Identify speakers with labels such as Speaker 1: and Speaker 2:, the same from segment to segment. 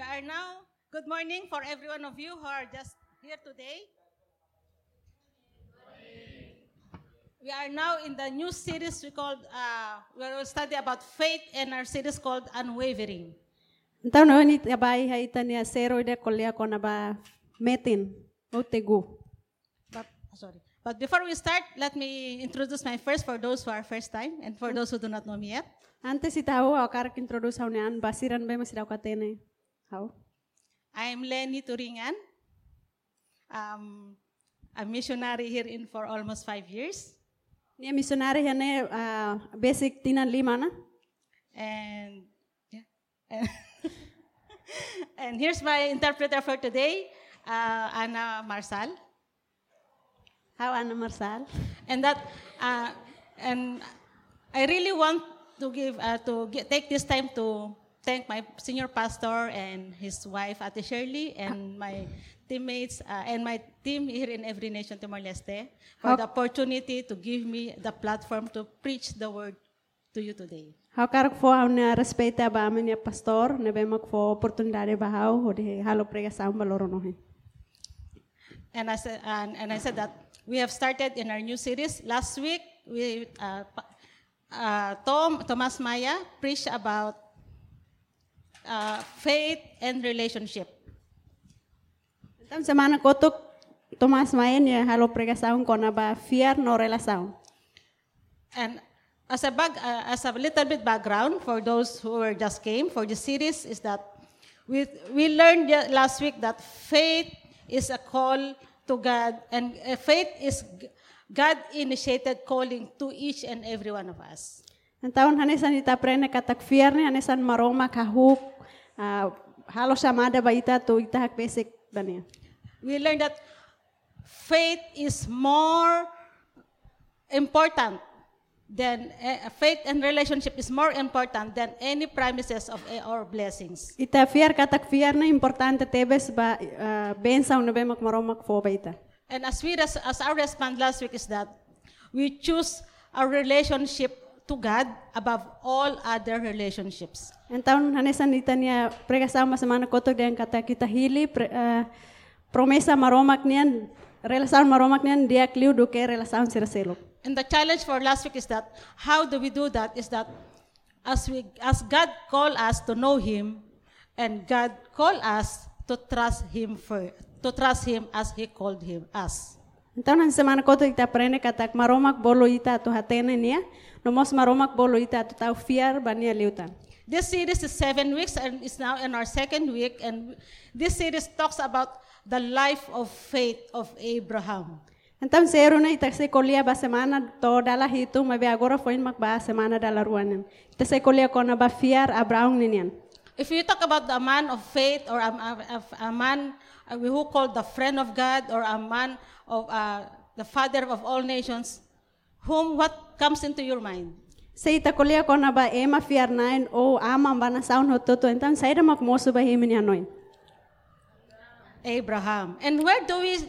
Speaker 1: are now, good morning for every one of you who are just here today. We are now in the new series we called, uh, where we'll study about faith and our series called Unwavering.
Speaker 2: Então não ni trabalho aí tania zero de colia com aba metin o tegu.
Speaker 1: But, sorry. But before we start, let me introduce my first for those who are first time and for those who do not know me yet.
Speaker 2: Antes itahu ao cara que introduz ao nean basiran bem mas irau katene. Hau.
Speaker 1: I am Lenny Turingan. Um, a missionary here in for almost five years.
Speaker 2: Ni missionary hene basic tinan lima na.
Speaker 1: And yeah. And, and here's my interpreter for today, uh, Anna Marsal.
Speaker 2: Hau ana marsal.
Speaker 1: And that uh, and I really want to give uh, to ge- take this time to thank my senior pastor and his wife Ate Shirley and my teammates uh, and my team here in Every Nation Timor Leste for the opportunity to give me the platform to preach the word to you today.
Speaker 2: Hau cara que for ao nea respeita aba amenia pastor ne bem que for oportunidade ba hau o de halo pregação baloro no he.
Speaker 1: And I said, and, and I said that we have started in our new series. Last week, we, uh, pa- uh, Tom, Thomas Maya preached about uh, faith and relationship.
Speaker 2: Então semana kotok Tomás Maen ya halo pregação com aba fiar no relação.
Speaker 1: And as a, bag, uh, as a little bit background for those who were just came for the series is that we, we learned the- last week that faith is a call to God and uh, faith is God initiated calling to each and every one of us.
Speaker 2: Então, hanesan ita prene katak fierne, hanesan maroma kahuk, ah, halos samada ba ita to ita hak basic dania.
Speaker 1: we learned that faith is more important than eh, faith and relationship is more important than any promises of eh, or blessings.
Speaker 2: Ita fier katak fierne importante tebes ba ah, bensa unabe mak maroma kfo ba ita.
Speaker 1: And as we res- as our response last week is that we choose our relationship to God above all other relationships.
Speaker 2: Então, hanesan ita nia pregasaw masamana kotok dengan kata kita hili pre, ah, promesa maromak nian relasaun maromak nian dia kliu duke relasaun siraselok.
Speaker 1: And the challenge for last week is that how do we do that? Is that as we as God call us to know Him, and God call us to trust Him for to trust Him as He called Him us.
Speaker 2: Então, na semana quando ita aprende katak maromak bolo ita tu hatene nia, nomos maromak bolo ita tu tau fiar bania liutan.
Speaker 1: This series is seven weeks and is now in our second week, and this series talks about the life of faith of Abraham.
Speaker 2: Então, zero na ita se colia ba semana to dala hitu, mas agora foi mak ba semana dala ruanan. Ita se colia kona ba fiar abraung ninian.
Speaker 1: If you talk about a man of faith or a, a, a- a man uh, who called the friend of God or a man of uh, the father of all nations, whom what comes into your mind?
Speaker 2: Se ita colia kona ba ema fiar nain ou ama ba na saun No, hototo, então saira mak mosu ba himini anoin.
Speaker 1: Abraham. And where do we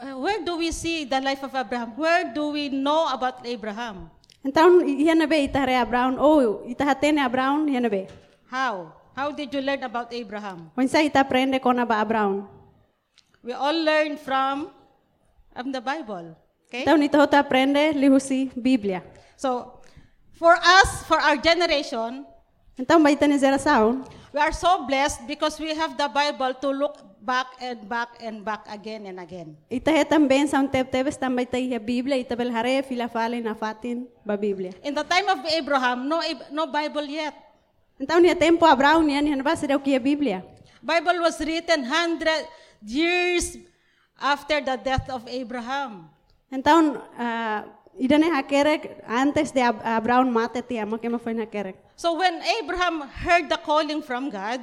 Speaker 1: uh, where do we see the life of Abraham? Where do we know about Abraham?
Speaker 2: Então, hiana be ita re abraung, ou ita hatene abraung hiana be.
Speaker 1: How? How did you learn about Abraham?
Speaker 2: Onsa ita aprende kona ba abraung.
Speaker 1: We all learn from from the Bible. Okay?
Speaker 2: Então, ita hota aprende lihusi Bíblia.
Speaker 1: So for us, for our generation,
Speaker 2: Então, baita ni zera saun.
Speaker 1: We are so blessed because we have the Bible to look back and back and back again and again.
Speaker 2: Ita he também saun teb tebes também ita ia Bíblia, ita bel hare fila fale na fatin ba Bíblia.
Speaker 1: In the time of Abraham, no Ab- no Bible yet.
Speaker 2: Então, nia tempo abrau nia nia ba sereu que ia Bíblia.
Speaker 1: Bible was written hundred years after the death of Abraham.
Speaker 2: Então, uh, ida ne hakerek antes de Ab- abrau mate tia, ma que ma foi hakerek.
Speaker 1: So when Abraham heard the calling from God,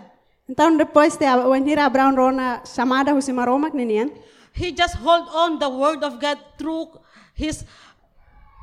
Speaker 2: Então, depois de Ab- when hira abrau rona chamada husi maromak ninian.
Speaker 1: he just hold on the word of God through his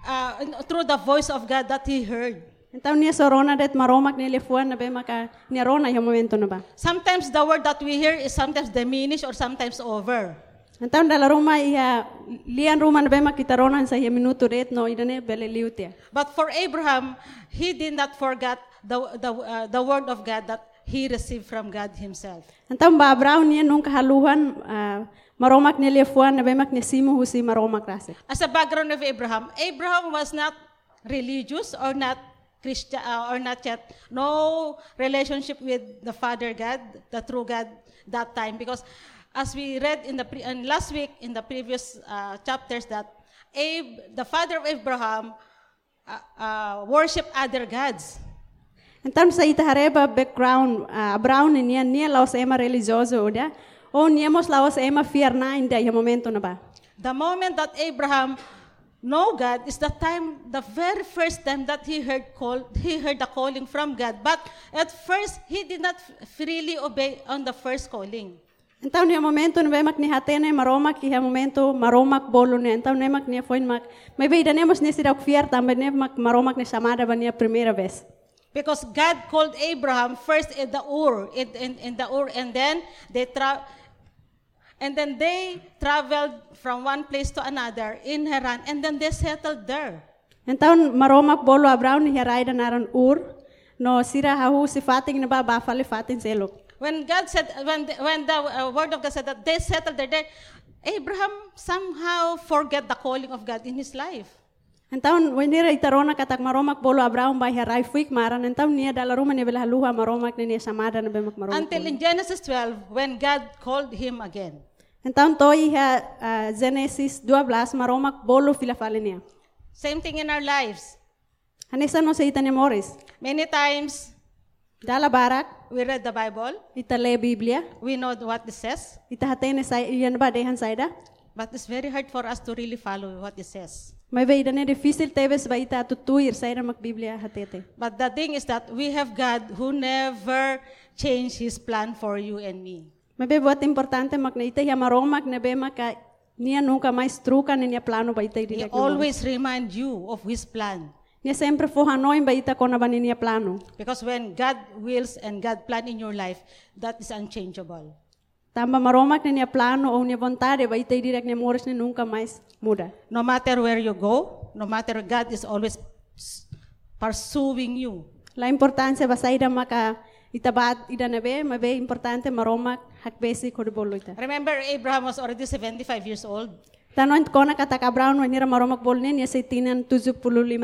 Speaker 1: uh, through the voice of God that he heard.
Speaker 2: Então, nia sorona det maromak nia lefuan na be maka nia rona ia momento na ba.
Speaker 1: Sometimes the word that we hear is sometimes diminished or sometimes over.
Speaker 2: Então, dala roma ia lian ruma na be makita rona sa ia minuto det no ida ne bele liutia.
Speaker 1: But for Abraham, he did not forget the, the, uh, the word of God that he received from God himself.
Speaker 2: Então Abraão nia nunca haluhan ah, maromak nia lefuan na bemak nia simu husi maromak rase.
Speaker 1: As a background of Abraham, Abraham was not religious or not Christian uh, or not yet no relationship with the Father God, the true God that time because as we read in the pre- and last week in the previous uh, chapters that Ab- the father of Abraham uh, uh, worship other gods.
Speaker 2: Então sa ita hareba background ah, Abraão nia nia laos ema religioso oda ou nia mos laos ema fear na inda ia momento na ba.
Speaker 1: The moment that Abraham know God is the time, the very first time that he heard call, he heard the calling from God. But at first, he did not freely obey on the first calling.
Speaker 2: Então nia momento na bemak nia hatene maromak ia momento maromak bolo nia então nemak nia foin mak. Maybe ida nia mos nia sidak fear também nia mak maromak nia chamada ba nia primeira vez.
Speaker 1: Because God called Abraham first in the Ur, in, in, in the Ur, and then they tra- and then they traveled from one place to another in Haran, and then they settled there.
Speaker 2: Então, maromak bolo abraun ni heraida naran ur, no sira hahu si fating na ba ba fale fating selok.
Speaker 1: When God said, when the, when the uh, word of God said that they settled there, they, Abraham somehow forget the calling of God in his life.
Speaker 2: Então, wenira itarona katak maromak bolo abraun ba herai fuik maran, então nia dalaruma ni bela luha maromak ni nia samada na bemak maromak.
Speaker 1: Until in Genesis 12, when God called him again.
Speaker 2: Então, toi ha ah, Genesis 12 maromak bolo fila fale nia.
Speaker 1: Same thing in our lives.
Speaker 2: Hanesa no sa ita ni Morris.
Speaker 1: Many times
Speaker 2: Dala barak,
Speaker 1: we read the Bible,
Speaker 2: ita le Biblia,
Speaker 1: we know what it says,
Speaker 2: ita hatene sa iyan ba dehan saida.
Speaker 1: But it's very hard for us to really follow what it says.
Speaker 2: May veida ne difícil teves ba ita tutuir saida mak Biblia hatete.
Speaker 1: But the thing is that we have God who never changed his plan for you and me.
Speaker 2: Mabe buat importante makna ita ya marong makna be maka nia nunca mais truca ni nia plano ba ita
Speaker 1: He
Speaker 2: dili.
Speaker 1: always reminds you of his plan.
Speaker 2: Nia sempre fo hanoin ba ita kona ba ni nia plano.
Speaker 1: Because when God wills and God plan in your life, that is unchangeable.
Speaker 2: Tamba maromak ni nia plano ou nia vontade ba ita direk nia mores ni nunca mais muda.
Speaker 1: No matter where you go, no matter God is always pursuing you.
Speaker 2: La importancia ba saida maka ita bat ida na be mabe importante maromak hakbesi kodbolo ita.
Speaker 1: Remember, Abraham was already 75 years old
Speaker 2: Tanoin kona kata ka brown wenira maromak bolne nia seitinan 75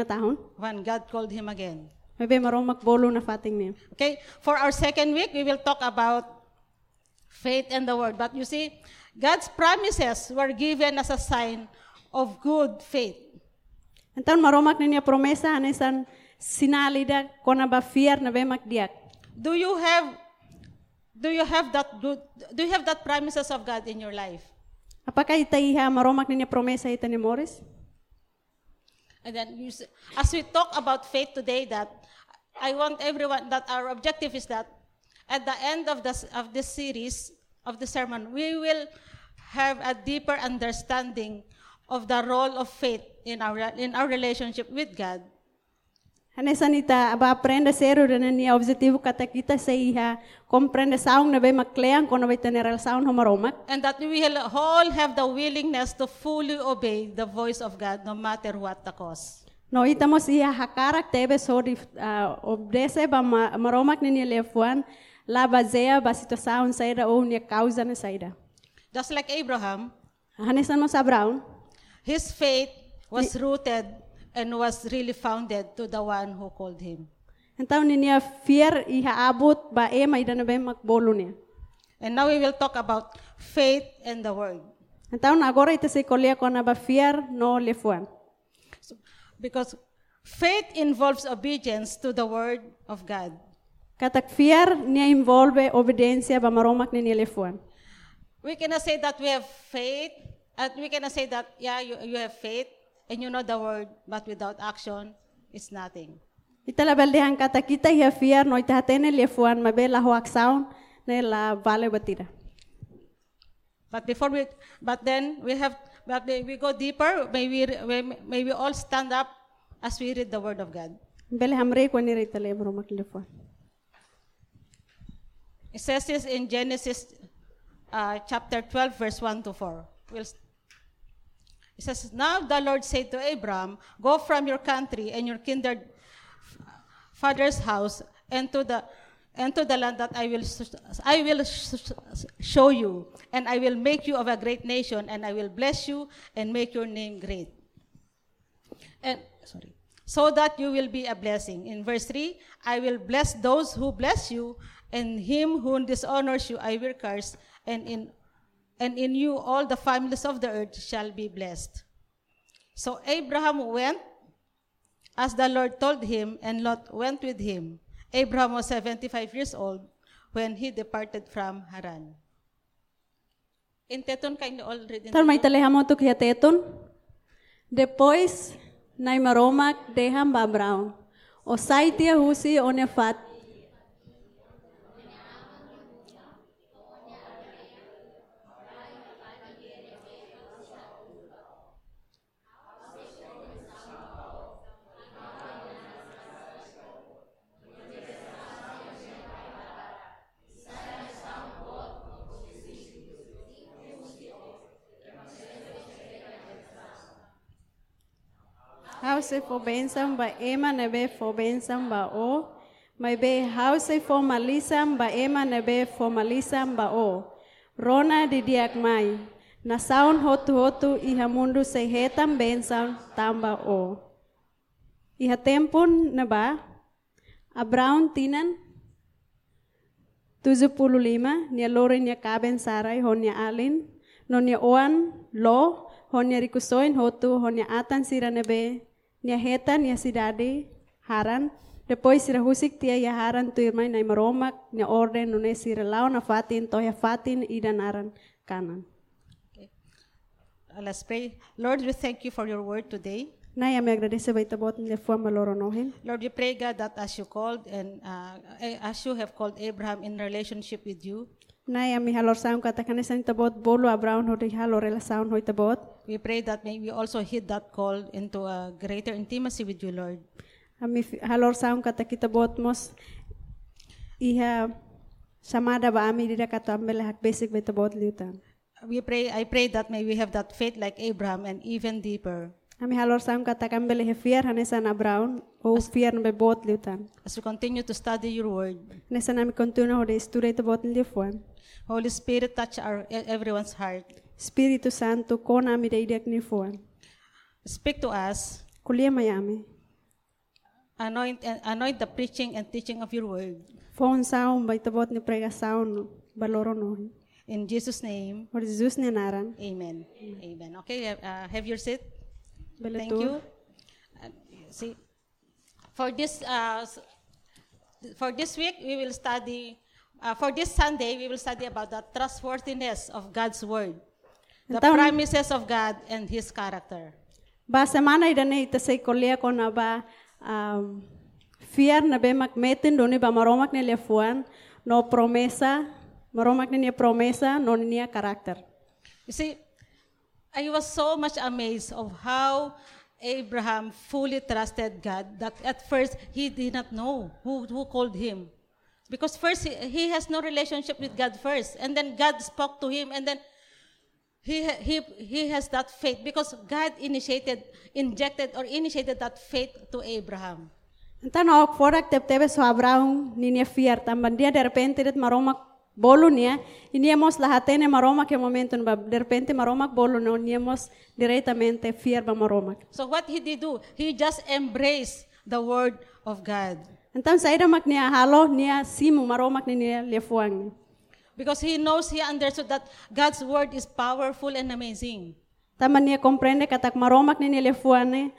Speaker 2: tahun.
Speaker 1: when God called him again.
Speaker 2: Mabe maromak bolo na fating nia.
Speaker 1: Okay, for our second week, we will talk about faith and the word. But you see, God's promises were given as a sign of good faith.
Speaker 2: Então maromak niya promesa anesan sinalida kona ba fear na bemak diak.
Speaker 1: Do you have do you have that good do you have that promises of God in your life?
Speaker 2: Apakah ita iha maromak niya promesa ita ni Morris?
Speaker 1: And then you, s- as we talk about faith today, that I want everyone that our objective is that at the end of this of this series of the sermon, we will have a deeper understanding of the role of faith in our in our relationship with God.
Speaker 2: Anesan ita aba aprenda seru dana niya objetivo kata kita sa iha comprende saung na bemak kleang kona ba ita ni relasaun ho maromak.
Speaker 1: And that we will all have the willingness to fully obey the voice of God no matter what the cause.
Speaker 2: No ita mos iha hakarak tebe so di ah, obdese ba ma- maromak niya lefuan la bazea ba situasaun saida o niya causa na saida.
Speaker 1: Just like Abraham,
Speaker 2: Anesan mos abraun.
Speaker 1: his faith was rooted and was really founded to the one who called him.
Speaker 2: Então niya fear iha abot ba e may dana be makbolo niya.
Speaker 1: And now we will talk about faith and the word.
Speaker 2: Então agora ita se kolia ko na ba fear no lefuan.
Speaker 1: So, because faith involves obedience to the word of God.
Speaker 2: Katak fear niya involve obediencia ba maromak ni niya lefuan.
Speaker 1: We cannot say that we have faith, and we cannot say that, yeah, you, you have faith and you know the word, but without action, it's nothing.
Speaker 2: Ita la beldehan katak kita iha fear no ita hatene lefuan mabe la hoak sound ne la vale batira.
Speaker 1: But before we, but then we have, but may we go deeper, may we, may- may we all stand up as we read the word of God.
Speaker 2: Bele hamre ko ni ita le maromak ni lefuan.
Speaker 1: It says this in Genesis uh, chapter 12, verse 1 to 4. We'll s- it says, Now the Lord said to Abram, Go from your country and your kindred father's house and to the and to the land that I will s- I will s- s- show you, and I will make you of a great nation, and I will bless you and make your name great. And sorry. So that you will be a blessing. In verse 3, I will bless those who bless you, and him who dishonors you I will curse, and in and in you all the families of the earth shall be blessed. So Abraham went as the Lord told him, and Lot went with him. Abraham was 75 years old when he departed from Haran. In Teton, kind of already.
Speaker 2: Tar may talihamo to kaya teton. Depois, nay maromak deham babraw. O saitia husi onefat. Hause for bensam ba ema nebe for bensam ba o. May be hause for malisam ba ema nebe for malisam ba o. Rona didiak may. Nasaon hotu hotu ihamundu sehetam bensam tamba o. Iha tempon na ba? Abraon tinan 75 niya lore niya kaben saray hon niya alin no niya oan lo hon niya rikusoin hotu hon niya atan sira nebe niya hetan niya sidade haran depois sira husik tia ya haran tu irmai nai maromak niya orden no ne sira lao na fatin to ya fatin idan aran kanan
Speaker 1: Uh, Let's pray. Lord, we thank you for your word today.
Speaker 2: Naya me agradece baita bot de fua maloro nohen
Speaker 1: Lord, we pray, God, that as you called and uh, eh, as you have called Abraham in relationship with you,
Speaker 2: Naya mi halor saun katakane san tabot bolo abraun hori halor ela saun hoi tabot
Speaker 1: we pray that may we also hit that call into a greater intimacy with you, Lord.
Speaker 2: Ami fi- halor saun kata kita bot mos iha samada ba ami dida kata ambele hak basic beta bot liutan.
Speaker 1: We pray, I pray that may we have that faith like Abraham and even deeper
Speaker 2: Ami halor saun kata kambele he fiar hanesan abraun o fiar be bot liutan.
Speaker 1: as we continue to study your word.
Speaker 2: Nesan ami kontuna hode isture ita bot liufuan.
Speaker 1: Holy Spirit, touch our, e- everyone's heart.
Speaker 2: Spiritu Santo kona ami da idak nifuan.
Speaker 1: Speak to us.
Speaker 2: Kulia mayami.
Speaker 1: Anoint, and anoint the preaching and teaching of your word.
Speaker 2: Fon saun baita bot ni prega saun baloro nohi.
Speaker 1: In Jesus' name,
Speaker 2: Hor Jesus ni naran.
Speaker 1: amen. Amen. Okay, uh, have your seat.
Speaker 2: Bele
Speaker 1: Thank
Speaker 2: tu.
Speaker 1: you. Uh, see, for this uh, s- for this week we will study. Uh, for this Sunday we will study about the trustworthiness of God's word, the
Speaker 2: Então-
Speaker 1: promises of God and His character.
Speaker 2: Ba semana ida nei ta sei kolia kona ba um, fiar na be mak metin doni ba maromak ne le fuan no promesa maromak ne nia promesa no nia karakter.
Speaker 1: You see, I was so much amazed of how Abraham fully trusted God that at first he did not know who, who called him. Because first he, he has no relationship with God first, and then God spoke to him, and then he, ha- he, he has that faith because God initiated, injected, or initiated that faith to Abraham.
Speaker 2: Entan ok forak tep tebe so abraun ni nia fiar tamban dia de repente det maromak bolu nia inia mos lahatene maromak e momento ba de repente maromak bolu no nia mos diretamente fiar ba maromak.
Speaker 1: So what he did do? He just embraced the word of God.
Speaker 2: Entan saida mak nia halo nia simu maromak ne nia le fuan nia.
Speaker 1: Because he knows, he understood that God's word is powerful and amazing.
Speaker 2: Tama niya comprende katak maromak ni nilifuane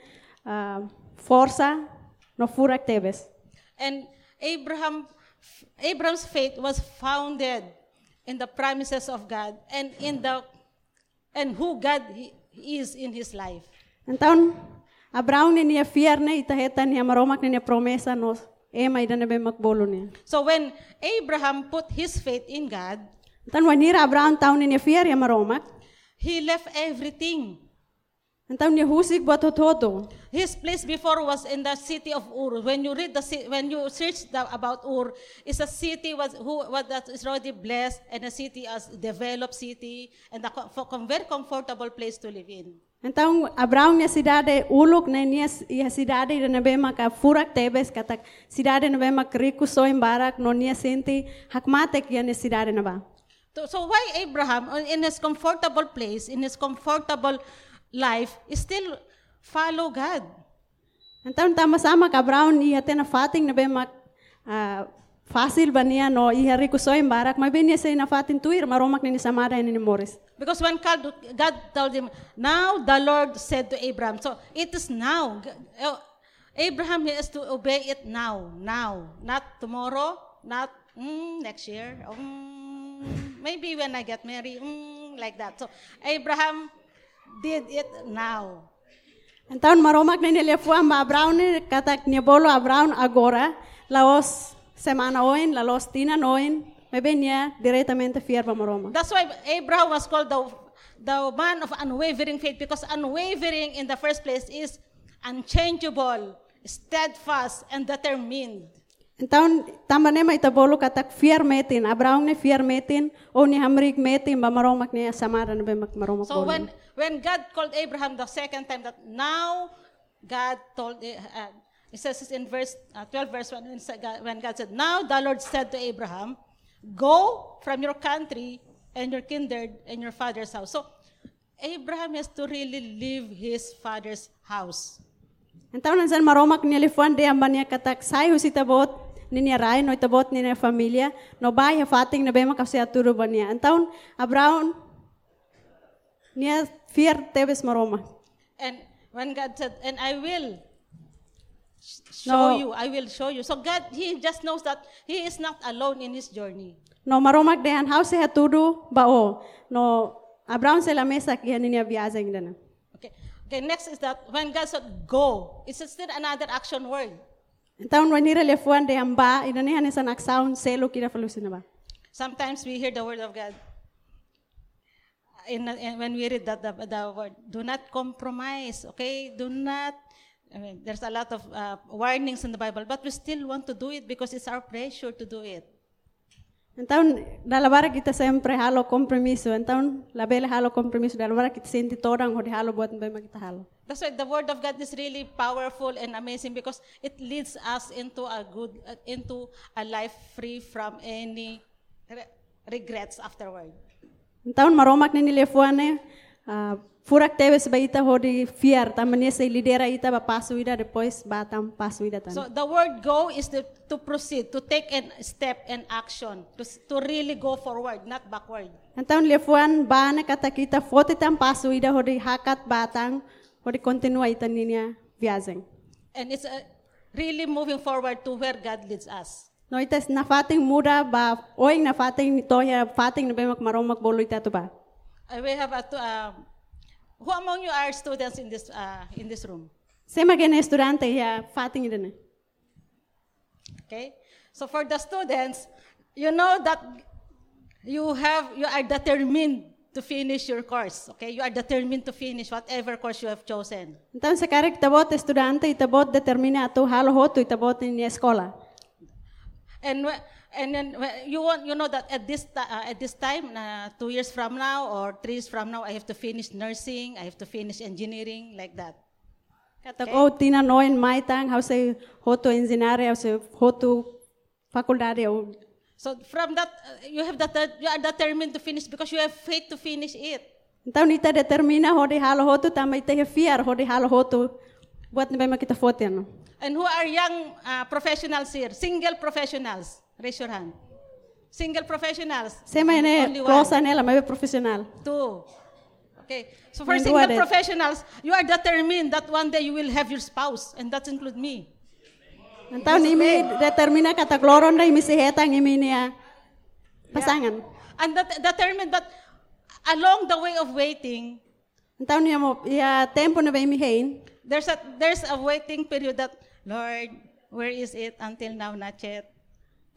Speaker 2: ah, forsa no furak tebes.
Speaker 1: And Abraham, Abraham's faith was founded in the promises of God and in the and who God he- is in his life.
Speaker 2: Antaon abraun ni niya fiar ne itahetan niya maromak ni niya promesa no ema ida nebe makbolo niya.
Speaker 1: So when Abraham put his faith in God,
Speaker 2: Antan wanira abraun taon ni niya fiar ya maromak.
Speaker 1: he left everything.
Speaker 2: Antaon niya husik buat hototo.
Speaker 1: His place before was in the city of Ur. When you read the ci- when you search the, about Ur, it's a city was who was that is already blessed and a city as developed city and a co- very comfortable place to live in.
Speaker 2: Então, Abraão na cidade, Uluk, né, e a cidade de Nebemaca, Furak Tebes, que a cidade de Nebemaca, rico só em Barak, não ia sentir, Hakmatek, e a cidade de Nebá.
Speaker 1: So, so why Abraham, uh, in his comfortable place, in his comfortable life, still follow God?
Speaker 2: Então, tama sama ka Abraão, ia ter na fating Nebemaca, ah, fácil ba niya, no, ia rico só em Barak, mas bem ia ser na fating tuir, maromak ni Samara e ni Moris.
Speaker 1: Because when God, God told him, now the Lord said to Abraham, so it is now. G- uh, Abraham has to obey it now, now, not tomorrow, not mm, next year, mm, maybe when I get married, mm, like that. So Abraham did it now.
Speaker 2: Então, maromak na nilefuan ba Abraão, ni katak nibolo Abraão agora, laos semana oin, laos tina oin, mas bem ia diretamente fiar ba maromak.
Speaker 1: That's why Abraham was called the, the man of unwavering faith because unwavering in the first place is unchangeable, steadfast, and determined.
Speaker 2: Então, tama ne may tabolo katak fear metin, Ah, abraong ne fear metin, o ni hamrig metin, ba maromak niya samara na ba mak- maromak
Speaker 1: So
Speaker 2: bolo.
Speaker 1: when, when God called Abraham the second time, that now God told, uh, uh, it says it's in verse uh, 12, verse 1, when sa- God- when God said, Now the Lord said to Abraham, Go from your country and your kindred and your father's house. So Abraham has to really leave his father's house.
Speaker 2: Então, nansan maromak niya lifuan de ang niya katak sayo si tabot, ninya ray, no itabot niya familia, no bay hafating na ba makasya turo ba niya. Então, abraong niya fear tebes maromak.
Speaker 1: And when God said, and I will sh- show
Speaker 2: No.
Speaker 1: you, I will show you. So God, He just knows that He is not alone in His journey.
Speaker 2: No maromak de han house hatudo bao, no abraong sila mesa kaya niya biyazeng dana.
Speaker 1: Okay. Okay, next is that when God said go, it's still another action word.
Speaker 2: Então, when nira lefuan de amba, ina niya nisa naksaon selo kina falusin na ba.
Speaker 1: Sometimes we hear the word of God. In, in- when we read that the, the word, do not compromise, okay? Do not, I mean, there's a lot of uh, warnings in the Bible, but we still want to do it because it's our pressure to do it.
Speaker 2: Então, dalabara kita sempre halo kompromiso. Então, label halo kompromiso. Dalabara kita senti torang hodi halo buat bema kita halo.
Speaker 1: That's why the word of God is really powerful and amazing because it leads us into a good, uh, into a life free from any re- regrets afterward.
Speaker 2: Então, maromak ni nilefuane, ah, furak tebes ba ita hodi fiar. Tamania se lidera ita ba pasu ida, depois batam pasu ida tan.
Speaker 1: So the word go is to, to proceed, to take an step and action, to, s- to really go forward, not backward.
Speaker 2: Então, lefuan ba na kata kita fote tam pasu ida hodi hakat batang hodi continua ita ninya viazeng.
Speaker 1: And it's uh really moving forward to where God leads us.
Speaker 2: No, itas nafating mura ba oing nafating toya fating na bema maromak bolo ita to ba.
Speaker 1: I will have a, to, uh, who among you are students in this, uh, in this room?
Speaker 2: Sema gene estudyante ya fating idene.
Speaker 1: Okay? So for the students, you know that you have you are determined to finish your course. Okay? You are determined to finish whatever course you have chosen.
Speaker 2: Então se cara que tabot estudante e tabot determina a tu halo hoto e tabot ni escola.
Speaker 1: And wh- and then wh- you want you know that at this ti- uh, at this time, uh, two years from now or three years from now, I have to finish nursing. I have to finish engineering like that.
Speaker 2: Katak o tina noen maitang how se hoto engineer how se hoto faculdade ou
Speaker 1: So from that, uh, you have that you are determined to finish because you have faith to finish it.
Speaker 2: então nita determina hodi halo hoto também te fiar hodi halo hoto buat bema kita fote no. ano.
Speaker 1: And who are young uh, professionals here? Single professionals. Raise your hand. Single professionals.
Speaker 2: Sema
Speaker 1: Only
Speaker 2: ne
Speaker 1: one.
Speaker 2: close nela mas profissional.
Speaker 1: Two. Okay. So for
Speaker 2: Nandua
Speaker 1: single
Speaker 2: din.
Speaker 1: professionals, you are determined that one day you will have your spouse, and that includes me.
Speaker 2: Então imi determina kata kloron da imi sehetang imi niya pasangan.
Speaker 1: And that determined that along the way of waiting,
Speaker 2: Então niya mo ia tempo na ba imi hein?
Speaker 1: there's a there's a waiting period that Lord, where is it until now not yet?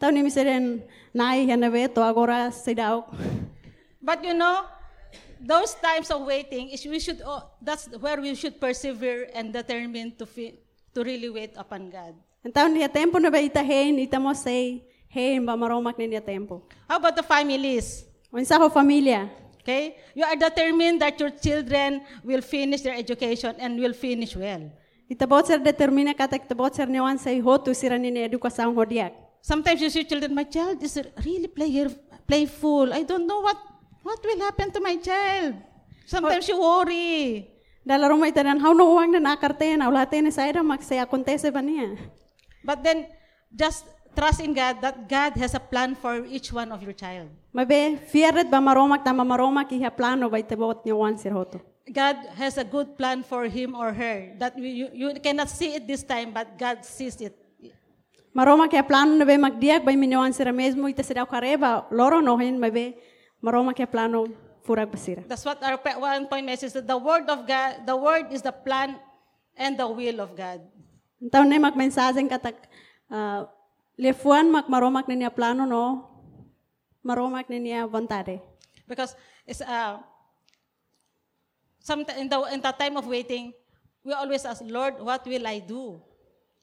Speaker 2: Então nem me serem nai renaveto agora se dau.
Speaker 1: But you know, those times of waiting is we should oh, that's where we should persevere and determine to fi- to really wait upon God.
Speaker 2: Então niya tempo na ba ita hein ita mo sei hein ba maromak niya tempo.
Speaker 1: How about the families?
Speaker 2: Unsa ho família?
Speaker 1: Okay? You are determined that your children will finish their education and will finish well.
Speaker 2: Ita botser determina kata ita botser newan sai hotu siranine edukasaun hodiak.
Speaker 1: Sometimes you see children, my child is really player, playful. I don't know what, what will happen to my child. Sometimes you worry.
Speaker 2: Dala rumah ita dan hau no uang dan akar tena ulah tena saira mak saya kontese bania.
Speaker 1: But then just trust in God that God has a plan for each one of your child.
Speaker 2: Mabe fiaret ba maromak tama maromak iha plano ba ita bot newan sir hotu.
Speaker 1: God has a good plan for him or her that we, you, you cannot see it this time, but God sees it.
Speaker 2: Maromak iha plano nabe mak diak ba iminyawan sira mesmo ita sira kareba loro nohin mabe maromak iha plano furak basira.
Speaker 1: That's what our pa- one point message that the word of God, the word is the plan and the will of God.
Speaker 2: Então nem mak mensagem katak uh, lefuan mak maromak niya plano no maromak niya vontade.
Speaker 1: Because it's uh, sometimes in the, in the time of waiting, we always ask, Lord, what will I do?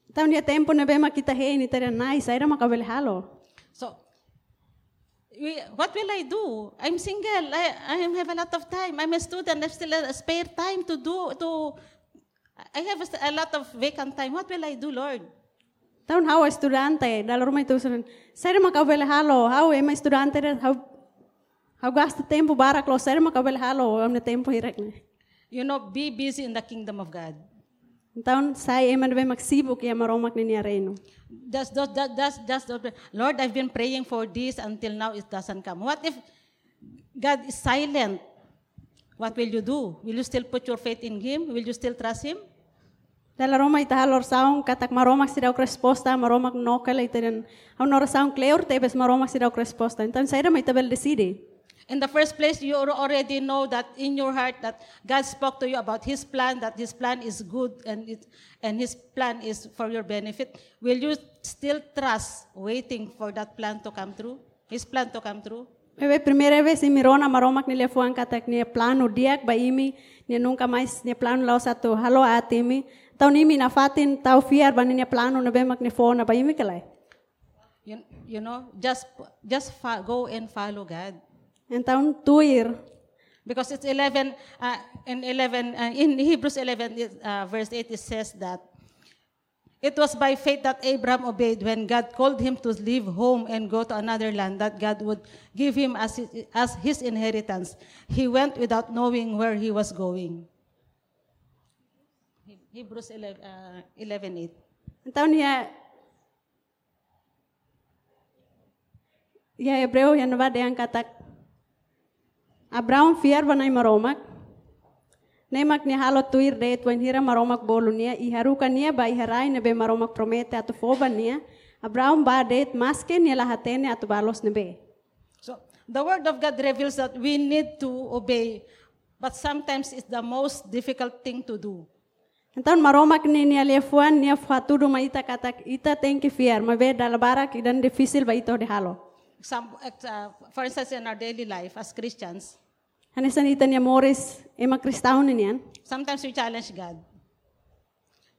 Speaker 2: Então niya tempo na bema kita hei ni tere nai saira makabel halo.
Speaker 1: So, we, what will I do? I'm single. I, I have a lot of time. I'm a student. I have still a spare time to do to. I have a, s- a lot of vacant time. What will I do, Lord?
Speaker 2: Então hau estudante dal rumah itu sun saira makabel halo hau ema estudante da hau hau gasta tempo barak lo saira makabel halo amne tempo hirek ne.
Speaker 1: You know, be busy in the kingdom of God.
Speaker 2: Então sai ema na bema sibuk ya maromak niya reino.
Speaker 1: Just, just, just, just, just don't pray, Lord, I've been praying for this until now it doesn't come. What if God is silent? What will you do? Will you still put your faith in Him? Will you still trust Him?
Speaker 2: Dala Roma e ita halor saung katak maromak sidauk resposta maromak nokela ita dan hau nora saung kleur tebes maromak sidauk resposta. Então saira ma ita bel decide.
Speaker 1: In the first place, you al- already know that in your heart that God spoke to you about His plan, that His plan is good and it, and His plan is for your benefit. Will you still trust waiting for that plan to come true? His plan to come true?
Speaker 2: Bebe primeira vez em Mirona maromak ni lefuan katak ni plano diak ba imi ni nunca mais ni plano lau satu halo atimi. Tau nimi na fatin tau fiar ba ni plano na bemak ni fona ba imi kelai.
Speaker 1: You, you know, just just fo- go and follow God.
Speaker 2: Então tuir
Speaker 1: Because it's 11, uh, in 11, uh, in Hebrews 11, it, uh, verse 8, it says that it was by faith that Abraham obeyed when God called him to leave home and go to another land that God would give him as his, as his inheritance. He went without knowing where he was going. He- Hebrews 11, uh, 11 8.
Speaker 2: Então, ya, ia, ia Hebreu, ia Nova Dean katak. Abraão fiar ba nay maromak. Nemak ni halo tuir de tuan hira maromak bolu niya. Iharuka niya ba iharay na be maromak promete atu foba niya. Abraão ba det maske niya lahatene atu balos na be.
Speaker 1: So the word of God reveals that we need to obey, but sometimes it's the most difficult thing to do.
Speaker 2: Então maromak ni niya lefuan niya fuatudu ma ita katak ita tem que fiar. Ma be dalabarak idan difícil ba ito de halo.
Speaker 1: some, uh, for instance, in our daily life as Christians,
Speaker 2: Hanesan ita niya Morris, ema kristaun niyan.
Speaker 1: sometimes we challenge God.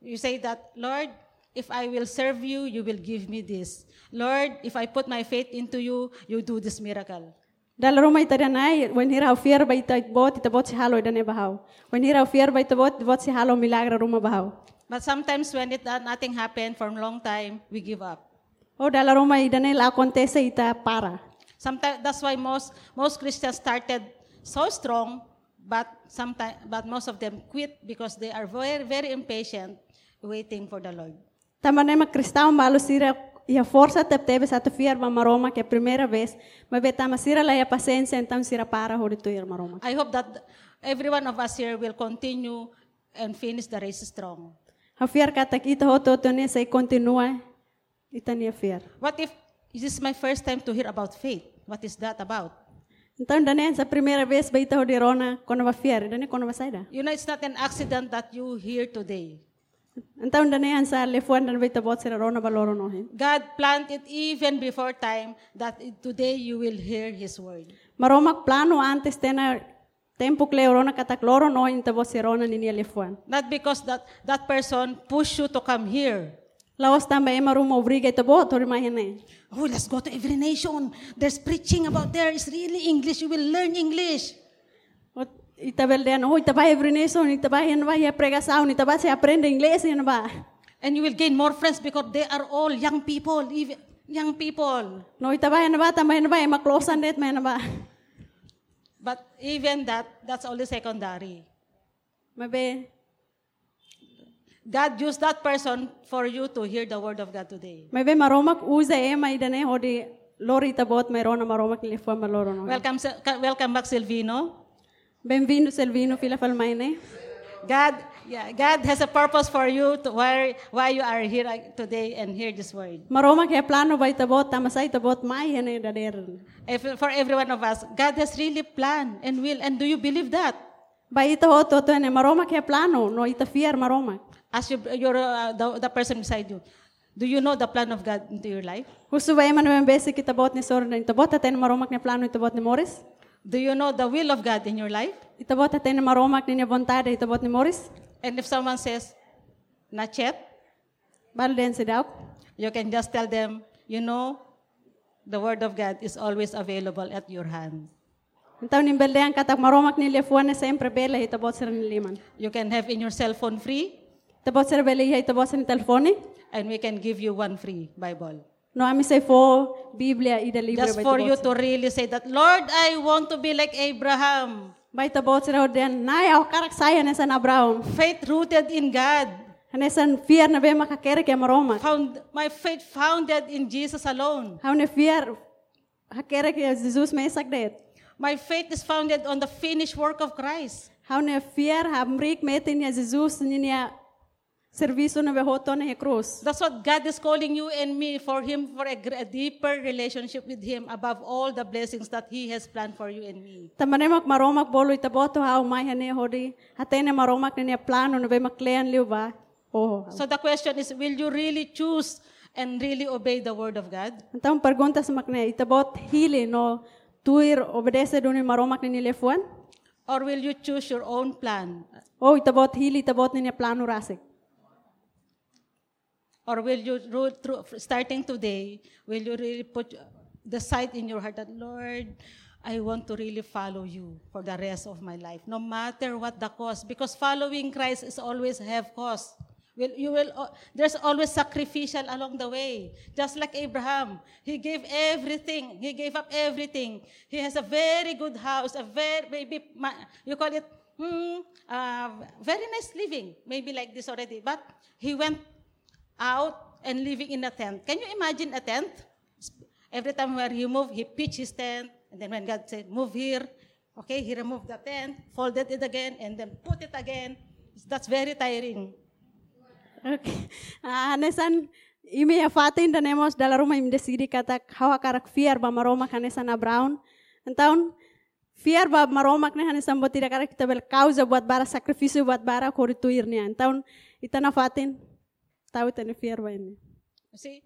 Speaker 1: You say that, Lord, if I will serve you, you will give me this. Lord, if I put my faith into you, you do this miracle.
Speaker 2: Dala rumah ita dan ai, wen hira au fier ba ita bot, ita bot si halo ida ne bahau. Wen hira au fier ba ita bot, bot si halo milagra rumah bahau.
Speaker 1: But sometimes when it, nothing happened for a long time, we give up.
Speaker 2: Oh dala rumah ida ne la kontese ita para.
Speaker 1: Sometimes that's why most most Christians started so strong, but sometimes but most of them quit because they are very very impatient, waiting for the Lord.
Speaker 2: Tama ne ma kristaun balu sira ia forsa tep tebe satu fier ba maroma ke primeira vez, ma be tama sira la ia pasense entam sira para hori tu ir maroma.
Speaker 1: I hope that every one of us here will continue and finish the race strong.
Speaker 2: Ha fier katak ita hoto to ne sai continua ita ne fier.
Speaker 1: What if this is my first time to hear about faith? What is that about?
Speaker 2: Então dane sa primeira vez ba ita hori rona kono ba fier, dane kono ba saida.
Speaker 1: You know, it's not an accident that you hear today.
Speaker 2: Então dane ansa lefuan dan be ita bot sira rona baloro nohin.
Speaker 1: God planned it even before time that it- today you will hear His word.
Speaker 2: Maromak plano antes tena tempo kleorona katakloro no inta vocerona ni elefuan.
Speaker 1: Not because that, that person pushed you to come here.
Speaker 2: Laos tamba ema rumo obriga ita bo tori mahene.
Speaker 1: Oh, let's go to every nation. There's preaching about there. It's really English. You will learn English.
Speaker 2: Itabel de ano, itaba every nation, itaba yan ba, ya e prega sound, itaba se aprende inglés yan ba.
Speaker 1: And you will gain more friends because they are all young people, even young people.
Speaker 2: No itaba yan ba, tama yan ba, ema close and e ma yan ba.
Speaker 1: But even that, that's only secondary.
Speaker 2: Mabe,
Speaker 1: God used that person for you to hear the word of God today.
Speaker 2: mabe maromak uza ema idane hodi lori itabot mayroon na maromak ilifwa maloro no.
Speaker 1: Welcome, Sil- ca- welcome back, Silvino.
Speaker 2: Benvino Selvino fila falmaine.
Speaker 1: God, yeah, God has a purpose for you to why, why you are here uh, today and hear this word.
Speaker 2: Maromak ya plano ba itabot, tama sa itabot may yan eh dader.
Speaker 1: If, for every one of us, God has really planned and will. And do you believe that?
Speaker 2: Ba ito ho, toto ne maromak ya plano, no ita fear maromak.
Speaker 1: As you, you're uh, the, the person beside you, do you know the plan of God into your life?
Speaker 2: Huso ba ema naman basic itabot ni Sor na itabot, atay na maromak ni plano itabot ni Morris.
Speaker 1: Do you know the will of God in your life?
Speaker 2: Itabot atay na maromak ni niya bontada, itabot ni Morris.
Speaker 1: And if someone says, not yet,
Speaker 2: Balo din si Dauk.
Speaker 1: you can just tell them, you know, the word of God is always available at your hand.
Speaker 2: Antaw ni belde ang katak maromak ni lefuan na sempre bela, itabot sila ni liman.
Speaker 1: You can have in your cell phone free,
Speaker 2: Itabot sila bela iya, itabot sila ni telefoni.
Speaker 1: and we can give you one free Bible.
Speaker 2: No ami sa fo Biblia ida libre
Speaker 1: Just for you to really say that, Lord, I want to be like Abraham,
Speaker 2: Ba itabot sila ho din, naya o karak saya nesa na Abraham.
Speaker 1: faith rooted in God,
Speaker 2: Hanesan fear na be makakere kay maromak.
Speaker 1: found my faith founded in Jesus alone.
Speaker 2: Haune fear hakere kay Jesus may sakdet.
Speaker 1: My faith is founded on the finished work of Christ.
Speaker 2: Haune fear hamrik metin ya Jesus ninya serviso na behoto na krus.
Speaker 1: That's what God is calling you and me for Him, for a, gr- a deeper relationship with Him above all the blessings that He has planned for you and me.
Speaker 2: Tamanemak maromak bolo itaboto hau mai hane hodi. Hatene maromak ninya plano na be maklean liu ba. Oh.
Speaker 1: So the question is, will you really choose and really obey the word of God?
Speaker 2: Então pergunta se makne itabot hili no tuir obedece duni maromak ni lefuan.
Speaker 1: Or will you choose your own plan?
Speaker 2: Oh itabot hili itabot ninya plano rasik.
Speaker 1: Or will you, ru- through, starting today, will you really put the sight in your heart that, Lord, I want to really follow you for the rest of my life, no matter what the cost. Because following Christ is always have cost. Will, you will, al- there's always sacrificial along the way. Just like Abraham, he gave everything. He gave up everything. He has a very good house, a very, maybe, ma- you call it, hmm, uh, very nice living, maybe like this already. But he went out and living in a tent. Can you imagine a tent? Every time where he moved, he pitched his tent, and then when God said, "Move here," okay, he removed the tent, folded it again, and then put it again. That's very tiring.
Speaker 2: Okay. Ah, hanesan imi afatin dan emos dala rumah im desidi kata hawa karak fiar ba maromak hanesan na brown. Antaun fiar ba maromak ne hanesan buat tidak karak kita bel kauza buat bara sakrifisi buat bara korituir ne. Antaun ita na fatin tahu tani fiar ba ini.
Speaker 1: You see,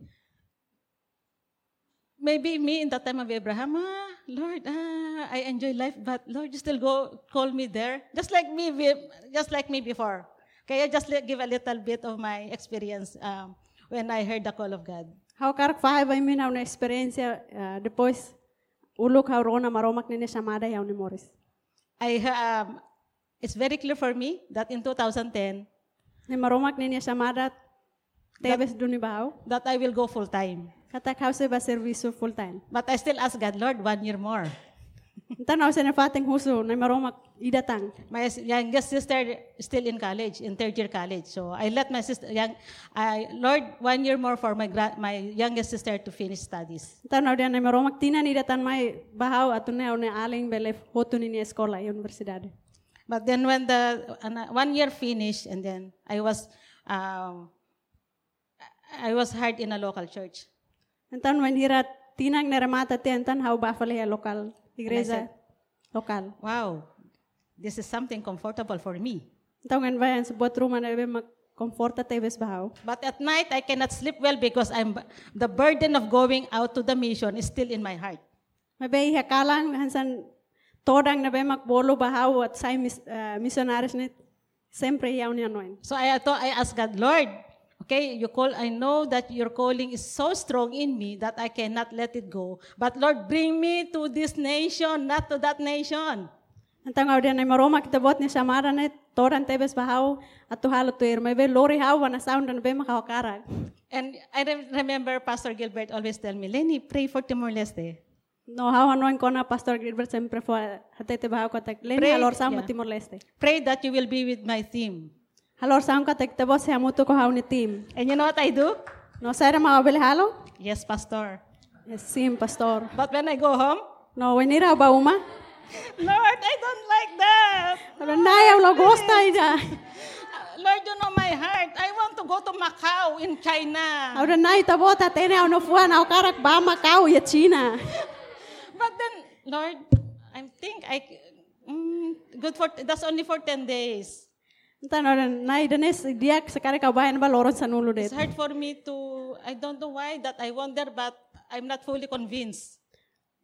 Speaker 1: maybe me in the time of Abraham, ah, Lord, ah, I enjoy life, but Lord, you still go call me there, just like me, be- just like me before. Okay, I just li- give a little bit of my experience um, when I heard the call of God.
Speaker 2: Hawa karak fahai ba imi na una experiencia ah, depois uluk hawa rona maromak ne ne samada ya uni moris.
Speaker 1: I ha- um, it's very clear for me that in 2010
Speaker 2: Ne maromak ne ne samada tebes duni bahau.
Speaker 1: that I will go full time.
Speaker 2: Kata kauza ba servisu full time.
Speaker 1: But I still ask God, Lord, one year more.
Speaker 2: Então nós temos fatem huso na maroma idatang.
Speaker 1: My s- youngest sister is still in college, in third year college. So I let my sister, young, I, Lord, one year more for my gra- my youngest sister to finish studies.
Speaker 2: Então nós temos na maroma tina idatan mai bahau atune one aling belef hotuni ni escola e universidade.
Speaker 1: But then when the an- one year finished, and then I was, um, I I was hired in a local church.
Speaker 2: Então when hira tinang neremata te então hau ba fale a local igreja local.
Speaker 1: Wow, this is something comfortable for me.
Speaker 2: Então ngan vai an sebuah rumah na be mak conforta te bes bahau.
Speaker 1: But at night, I cannot sleep well because I'm the burden of going out to the mission is still in my heart.
Speaker 2: Mabe iha kalang hansan todang na be mak bolo bahau at sai mis, ah, missionaries ni sempre ia unia noin.
Speaker 1: So I thought I asked God, Lord, okay, you call. I know that your calling is so strong in me that I cannot let it go. But Lord, bring me to this nation, not to that nation.
Speaker 2: Então agora nem maroma que te bot nem chamara né toran tebes bahau atu halo tu ir mas be lori hau wana sound dan be makau karak.
Speaker 1: And I rem- remember Pastor Gilbert always tell me, Lenny, pray for Timor-Leste.
Speaker 2: No hau ano encona pastor Gilbert sempre foi até te bahau katak leni
Speaker 1: Pray,
Speaker 2: halor sam
Speaker 1: yeah.
Speaker 2: Timor Leste.
Speaker 1: Pray that you will be with my team.
Speaker 2: Halor sam katak te bot se amuto ko hau ni team.
Speaker 1: And you know what I do?
Speaker 2: No sera mau bel halo?
Speaker 1: Yes, Pastor.
Speaker 2: Yes, Sim pastor.
Speaker 1: But when I go home,
Speaker 2: No venir hau ba uma.
Speaker 1: Lord, I don't like that.
Speaker 2: Pero nai hau lo gosta ida.
Speaker 1: Uh, Lord, you know my heart. I want to go to Macau in China.
Speaker 2: Ahora nai te bot atene hau no fuan hau karak ba Macau ya China.
Speaker 1: But then, Lord, I think I mm, good for that's only for 10 days.
Speaker 2: Então ahora no, nai danes dia sekarang kau bayan ba loron sanulu det.
Speaker 1: It's hard for me to I don't know why that I wonder but I'm not fully convinced.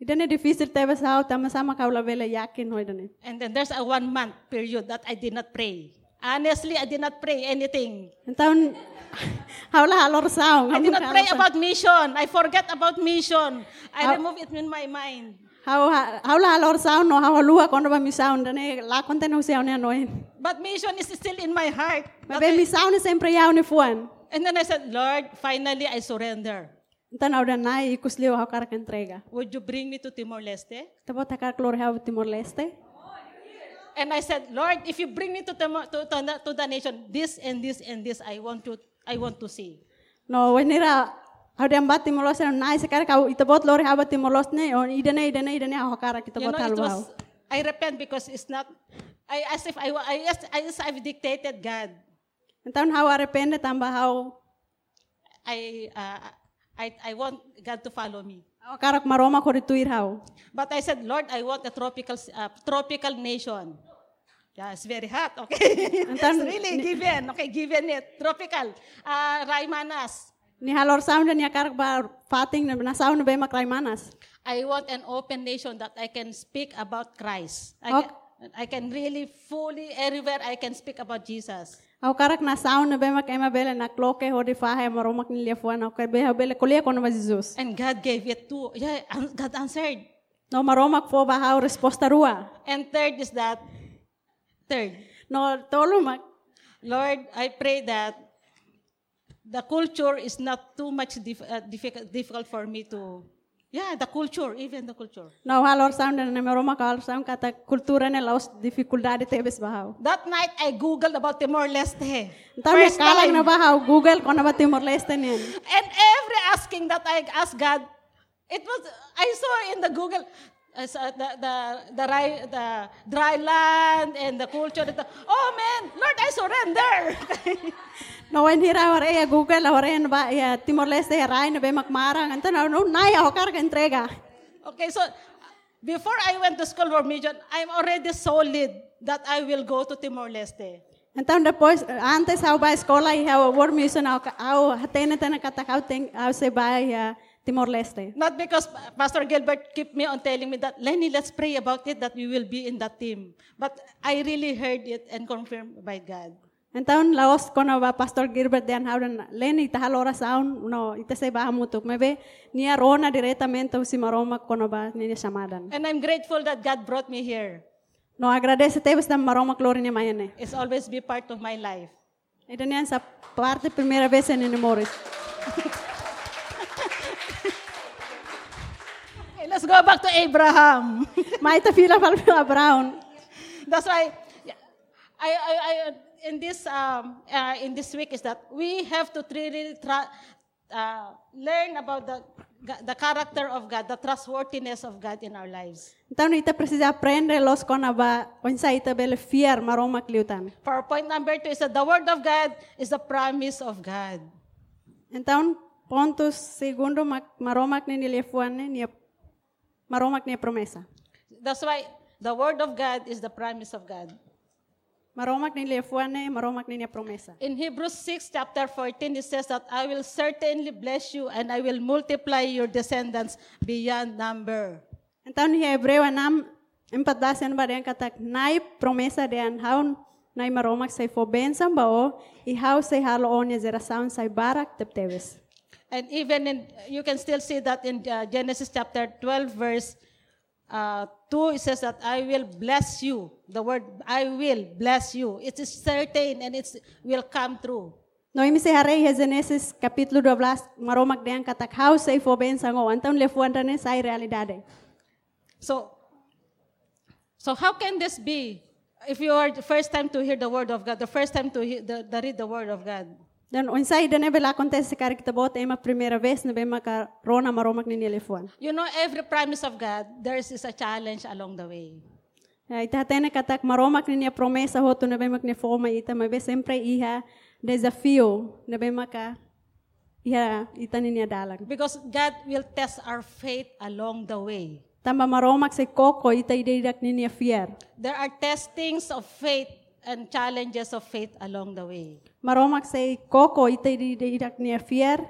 Speaker 2: Idan é difícil tebe sao tama sama kau la vela yakin hoy dane.
Speaker 1: And then there's a one month period that I did not pray. Honestly, I did not pray anything.
Speaker 2: Então haula halor sao.
Speaker 1: I did not pray about mission. I forget about mission. I remove it in my mind.
Speaker 2: haula halor sao no hawa lua kondo ba mi sao dane la konte no sao ne noy.
Speaker 1: But mission is still in my heart.
Speaker 2: Ba be mi sao ne sempre yau ne fuan.
Speaker 1: And then I said, Lord, finally I surrender.
Speaker 2: Então ahora nai ikus leo hau kar entrega.
Speaker 1: Would you bring me to Timor Leste?
Speaker 2: Tabo takar klor hau Timor Leste.
Speaker 1: And I said, Lord, if you bring me to the, to, to, the- to the nation, this and this and this, I want to, I want to see.
Speaker 2: No wenira hau dan bat Timor Leste nai sekarang kau itabot lor hau Timor Leste ne on idane idane idane hau kar kita
Speaker 1: you
Speaker 2: bot
Speaker 1: know, it
Speaker 2: halwa.
Speaker 1: was, I repent because it's not, I, as if I, wa- I, as, I- as I've dictated God.
Speaker 2: Então hau arrepende tambah hau
Speaker 1: I, uh, I, I want God to follow me.
Speaker 2: hau karak maroma kori tuir hau.
Speaker 1: But I said, Lord, I want a tropical, uh, tropical nation. Yeah, it's very hot, okay?
Speaker 2: And then-
Speaker 1: it's really given, okay, given it. Tropical. Uh, Raimanas.
Speaker 2: Ni halor sound ni akar ba fating na nasaw na ba yung makray manas.
Speaker 1: I want an open nation that I can speak about Christ. I,
Speaker 2: Ok.
Speaker 1: can, I can really fully everywhere I can speak about Jesus.
Speaker 2: Au karak nasaw na ba yung makay mabele na kloke ho di fahe maromak ni liafuan au kay beha bele kulia ko na ba Jesus.
Speaker 1: And God gave it to yeah, an- God answered.
Speaker 2: No maromak po ba hao resposta rua.
Speaker 1: And third is that third.
Speaker 2: No tolumak.
Speaker 1: Lord, I pray that the culture is not too much dif- uh, difficult, difficult for me to yeah, the culture, even the culture.
Speaker 2: No halor sound na maromak halor sound kata kultura na laos dificuldade tebes ba hao.
Speaker 1: That night I googled about Timor Leste.
Speaker 2: Então na
Speaker 1: First
Speaker 2: kalag
Speaker 1: time.
Speaker 2: na ba hao Google ko na ba Timor Leste niyan.
Speaker 1: And every asking that I asked God, it was I saw in the Google I saw the the the dry, the dry land and the culture. The, oh man, Lord, I surrender.
Speaker 2: No when hira war ya Google war ya ba ya Timor Leste ya rai na ba makmarang. Então no nai hao karak entrega.
Speaker 1: okay, so before I went to school for mission, I'm already solid that I will go to Timor Leste.
Speaker 2: Então depois, antes eu vai à escola e eu vou missão ao ao atene tena kata eu tem eu se vai a Timor Leste.
Speaker 1: Not because Pastor Gilbert kept me on telling me that Lenny, let's pray about it that we will be in that team. But I really heard it and confirmed by God.
Speaker 2: Então laos quando vai pastor Gilbert de Anhauden, leni tá hora sound, no, ite se vai muito, me vê nia rona diretamente o simaroma quando vai nia chamada.
Speaker 1: And I'm grateful that God brought me here.
Speaker 2: No agradece te vesta maroma clori nia maiane.
Speaker 1: It's always be part of my life.
Speaker 2: E denia essa parte primeira vez em Moris.
Speaker 1: Okay, let's go back to Abraham.
Speaker 2: Mas ita fila falou Brown.
Speaker 1: That's why I, I, I in this um, uh, in this week is that we have to really tra- uh, learn about the the character of God, the trustworthiness of God in our lives.
Speaker 2: Então ita precisa aprender los quando vai, onde ita bele fiar maroma cliutan.
Speaker 1: For point number two is that the word of God is the promise of God.
Speaker 2: Então, pontos segundo ma- maromak ni nilifuane ni maromak ni promessa.
Speaker 1: That's why the word of God is the promise of God.
Speaker 2: Maromak ni nilifuane, maromak ni ni promessa.
Speaker 1: In Hebrews 6, chapter 14, it says that I will certainly bless you and I will multiply your descendants beyond number.
Speaker 2: Então, ni hebreu anam empadasen ba den katak nai promessa de an haun nai maromak sai fo bensam ba o i hau sai halo on zerasaun sai barak tepteves.
Speaker 1: And even in, you can still see that in uh, Genesis chapter 12, verse uh, 2, it says that I will bless you. The word I will bless you. It is certain and it will come true.
Speaker 2: Noemi se harei é Gênesis capítulo 12, maromak deang katak hausa e fobensa ngo, então lefuan rane sai realidade.
Speaker 1: So, so how can this be? If you are the first time to hear the word of God, the first time to hear the, the read the word of God,
Speaker 2: Dan unsay dane bela acontece kar kita bota ema primeira vez na bema ka rona maromak ni lefuan.
Speaker 1: you know every promise of God, there is a challenge along the way.
Speaker 2: Ay tatene katak maromak ni nia promessa hoto na bema ni foma ita mabe sempre iha desafio na bema ka iha ita ni nia dalang.
Speaker 1: Because God will test our faith along the way.
Speaker 2: Tamba maromak se koko ita ideidak ni nia fier.
Speaker 1: There are testings of faith and challenges of faith along the way.
Speaker 2: Maromak se koko ita ideidak ni nia fier.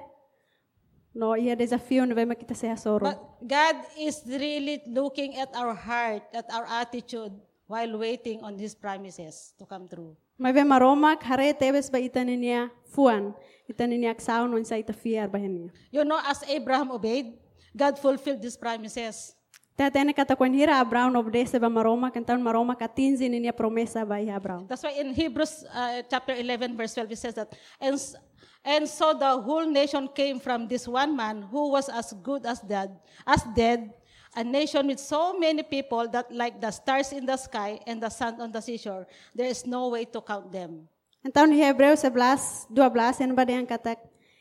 Speaker 2: No iha desafio na bema kita se hasoro.
Speaker 1: But God is really looking at our heart, at our attitude while waiting on His promises to come true.
Speaker 2: Mai be maromak hare tebes ba ita ni nia fuan. Ita ni nia ksaun unsa ita fier bahenia.
Speaker 1: You know, as Abraham obeyed, God fulfilled these promises.
Speaker 2: Tatene katakon hira Abraão obedece ba Maroma, então Maroma katinzi ni a promessa ba ia Abraão.
Speaker 1: That's why in Hebrews uh, chapter 11, verse 12, it says that, and, s- and so the whole nation came from this one man who was as good as dead, as dead, a nation with so many people that like the stars in the sky and the sand on the seashore, there is no way to count them.
Speaker 2: Então em Hebreus 11, 12, en ba deang katak,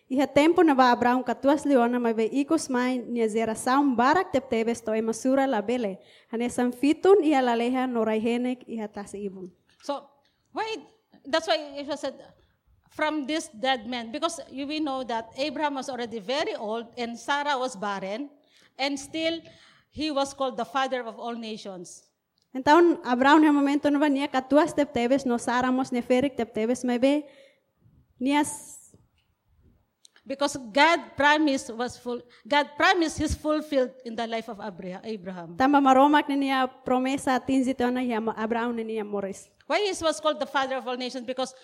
Speaker 2: Iha E tempo na ba Abraão katuas leona ma be ikos mai ni geração barak tep tebes to emasura la bele. Hane san fitun ia la leha noraihenek iha tas ibun.
Speaker 1: So why? That's why it was said from this dead man because you- we know that Abraham was already very old and Sarah was barren, and still he was called the father of all nations.
Speaker 2: Então Abraão no momento não vania katuas tep tebes no saramos neferik tep tebes ma be nias
Speaker 1: Because God promise was full. God promise is fulfilled in the life of Abra- Abraham.
Speaker 2: tamba maromak ni nia promessa tinzi tona ia Abraão ni nia mores.
Speaker 1: Why he was called the father of all nations? Because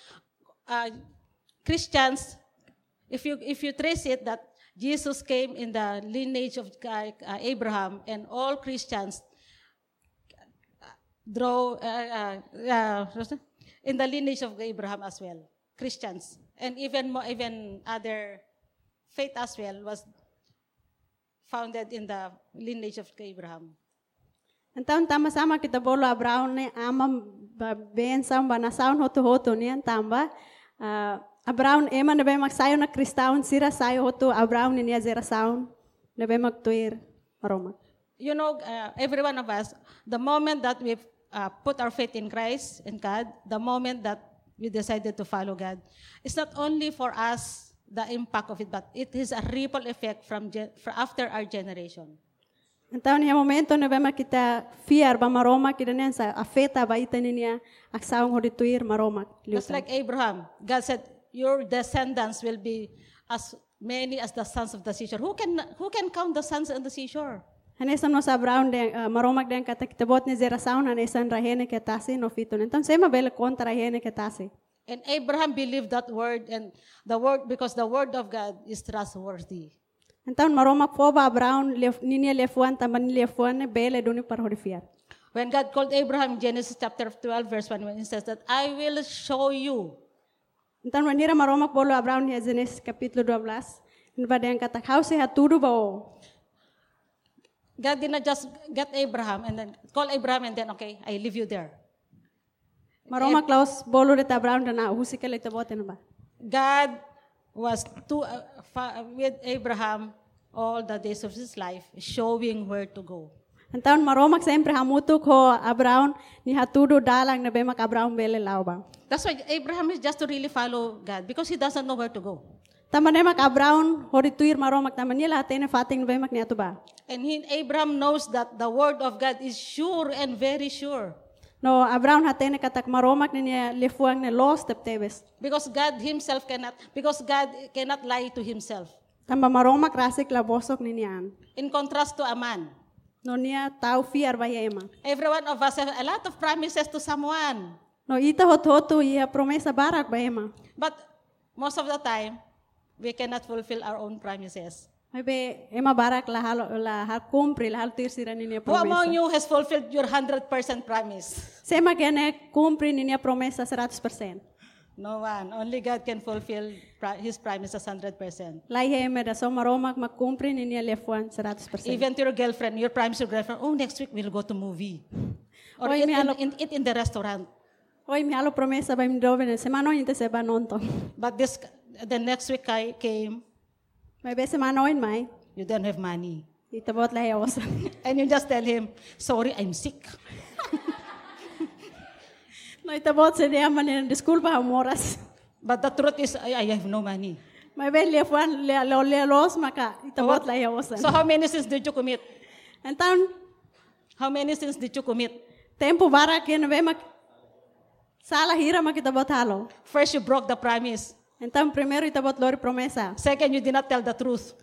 Speaker 1: uh, Christians, if you if you trace it, that Jesus came in the lineage of uh, uh, Abraham, and all Christians uh, draw uh, uh, uh, what's that? in the lineage of Abraham as well. Christians and even more, even other faith as well was founded in the lineage of Abraham.
Speaker 2: Então tamba sama kita bolo Abraão ne ama ba- bensam ba nasaon hotu hotu ni an tamba ah, Abraão ema ne bemak sayo na kristaun sira sayo hotu Abraão ni nia zera saun ne bemak tuir Roma.
Speaker 1: You know, uh, every one of us, the moment that we uh, put our faith in Christ, in God, the moment that we decided to follow God, it's not only for us the impact of it, but it is a ripple effect from, gen- from after our generation.
Speaker 2: Então nia momento ne bemak kita fiar ba Roma kita ne sa afeta ba ita ni nia aksaun hotu tuir Roma.
Speaker 1: Just like Abraham, God said, "Your descendants will be as many as the sons of the seashore." Who can who can count the sons on the seashore?
Speaker 2: Hanesan nos Abraão de ah, maromak den kata kita bot ne zera saun hanesan rahene ke tasi no fitun. Então sema bele kontra rahene ke tasi.
Speaker 1: And Abraham believed that word, and the word because the word of God is trustworthy.
Speaker 2: Então, maroma foba Abraão, lef- ninia lefuan, tamba ni lefuan, bele duni para horifiar.
Speaker 1: When God called Abraham in Genesis chapter 12, verse 1, when he says that, I will show you.
Speaker 2: Então, manira maroma bolo Abraão, ni Gênesis capítulo 12, nipa yang kata, kau sehat tudu bao.
Speaker 1: God did not just get Abraham and then call Abraham and then, okay, I leave you there.
Speaker 2: Maroma klaus bolo de Abraão, dan na husi kele te bote naba.
Speaker 1: God was to, uh, fa- with Abraham all the days of his life, showing where to go.
Speaker 2: Então, maroma sempre hamutu ko Abraão, ni hatudu dalang na bemak Abraão bele lau ba.
Speaker 1: That's why Abraham is just to really follow God because he doesn't know where to go.
Speaker 2: Tamba nemak Abraão, hori tuir maroma, tamba ni latene fating na bemak ni atu ba.
Speaker 1: And he, Abraham knows that the word of God is sure and very sure.
Speaker 2: No, Abraão hatene katak maromak ni niya lefuang ne los tep tebes.
Speaker 1: Because God himself cannot, because God cannot lie to himself.
Speaker 2: Tamba maroma krasik labosok ni niyan.
Speaker 1: In contrast to a man,
Speaker 2: No niya tau fiar ba ema.
Speaker 1: every one of us have a lot of promises to someone.
Speaker 2: No ita hot hotu iya promesa barak ba ema.
Speaker 1: But most of the time, we cannot fulfill our own promises.
Speaker 2: Maybe ema barak la halo la har cumpre la hal tirsira niña
Speaker 1: Who among
Speaker 2: promesa.
Speaker 1: you has fulfilled your 100% promise?
Speaker 2: Sema que ne cumpre niña promesa 100%.
Speaker 1: No one. Only God can fulfill pri- His promises 100%.
Speaker 2: La hija ema da soma romak ma cumpre niña le fuan 100%.
Speaker 1: Even to your girlfriend, your promise to your girlfriend, oh, next week we'll go to movie. Or
Speaker 2: Oy,
Speaker 1: eat,
Speaker 2: may
Speaker 1: in,
Speaker 2: alok-
Speaker 1: in, eat in the restaurant.
Speaker 2: Hoy me halo promesa ba mi dobe semana hoy inte seba nonton.
Speaker 1: But this, the next week I came,
Speaker 2: Maybe semana hoy mai.
Speaker 1: you don't have money.
Speaker 2: Ita bot la hija osa.
Speaker 1: And you just tell him, sorry, I'm sick.
Speaker 2: No ita bot se dia man disculpa amoras.
Speaker 1: But the truth is, I, I have no money.
Speaker 2: Maybe le fuan le lo le los maka ita bot la hija osa.
Speaker 1: So how many sins did you commit?
Speaker 2: Então
Speaker 1: How many sins did you commit?
Speaker 2: tempo bara que ne mak sala hira mak ita bot halo.
Speaker 1: First, you broke the promise.
Speaker 2: Então primeiro ita bot lori promesa.
Speaker 1: Second, you did not tell the truth.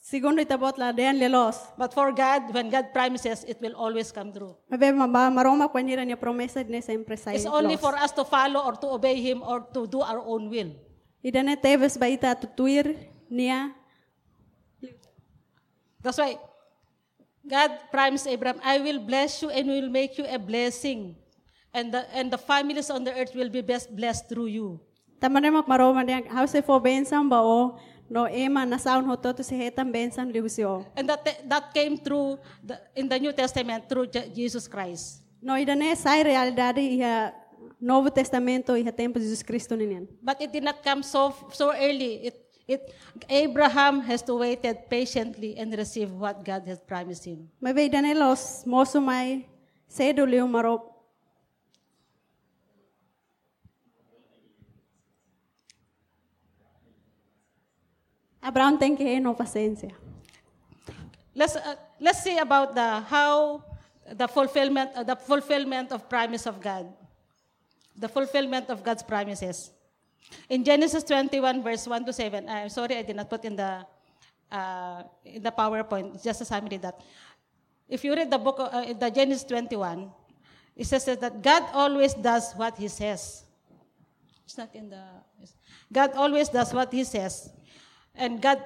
Speaker 2: Segundo ita bot la den le los.
Speaker 1: But for God, when God promises, it will always come true.
Speaker 2: Maybe ma ba maroma kwanira ni promesa ne sempre sai.
Speaker 1: It's only
Speaker 2: los.
Speaker 1: for us to follow or to obey Him or to do our own will.
Speaker 2: Ida ne teves ba ita tutuir nia
Speaker 1: That's why God promised Abraham, I will bless you and will make you a blessing. And the, and the families on the earth will be best blessed through you.
Speaker 2: Tamane mak maroma dia how se fo bensan ba o no ema na saun hoto tu se hetan bensan liusio.
Speaker 1: And that, that came through the, in the New Testament through Je- Jesus Christ.
Speaker 2: No ida ne sai realidade iha Novo Testamento iha tempo de Jesus Cristo ninian.
Speaker 1: But it did not come so, so early. It, it, Abraham has to waited patiently and receive what God has promised him.
Speaker 2: Mabe ida ne los mosu mai sedu liu maro Abraão tem que ter paciência.
Speaker 1: Let's, uh, let's see about the how the fulfillment uh, the fulfillment of promise of God. The fulfillment of God's promises. In Genesis 21 verse 1 to 7. I'm sorry I did not put in the uh, in the PowerPoint. It's just a summary that. If you read the book uh, in the Genesis 21, it says that God always does what he says. It's not in the. it's- God always does what He says, and God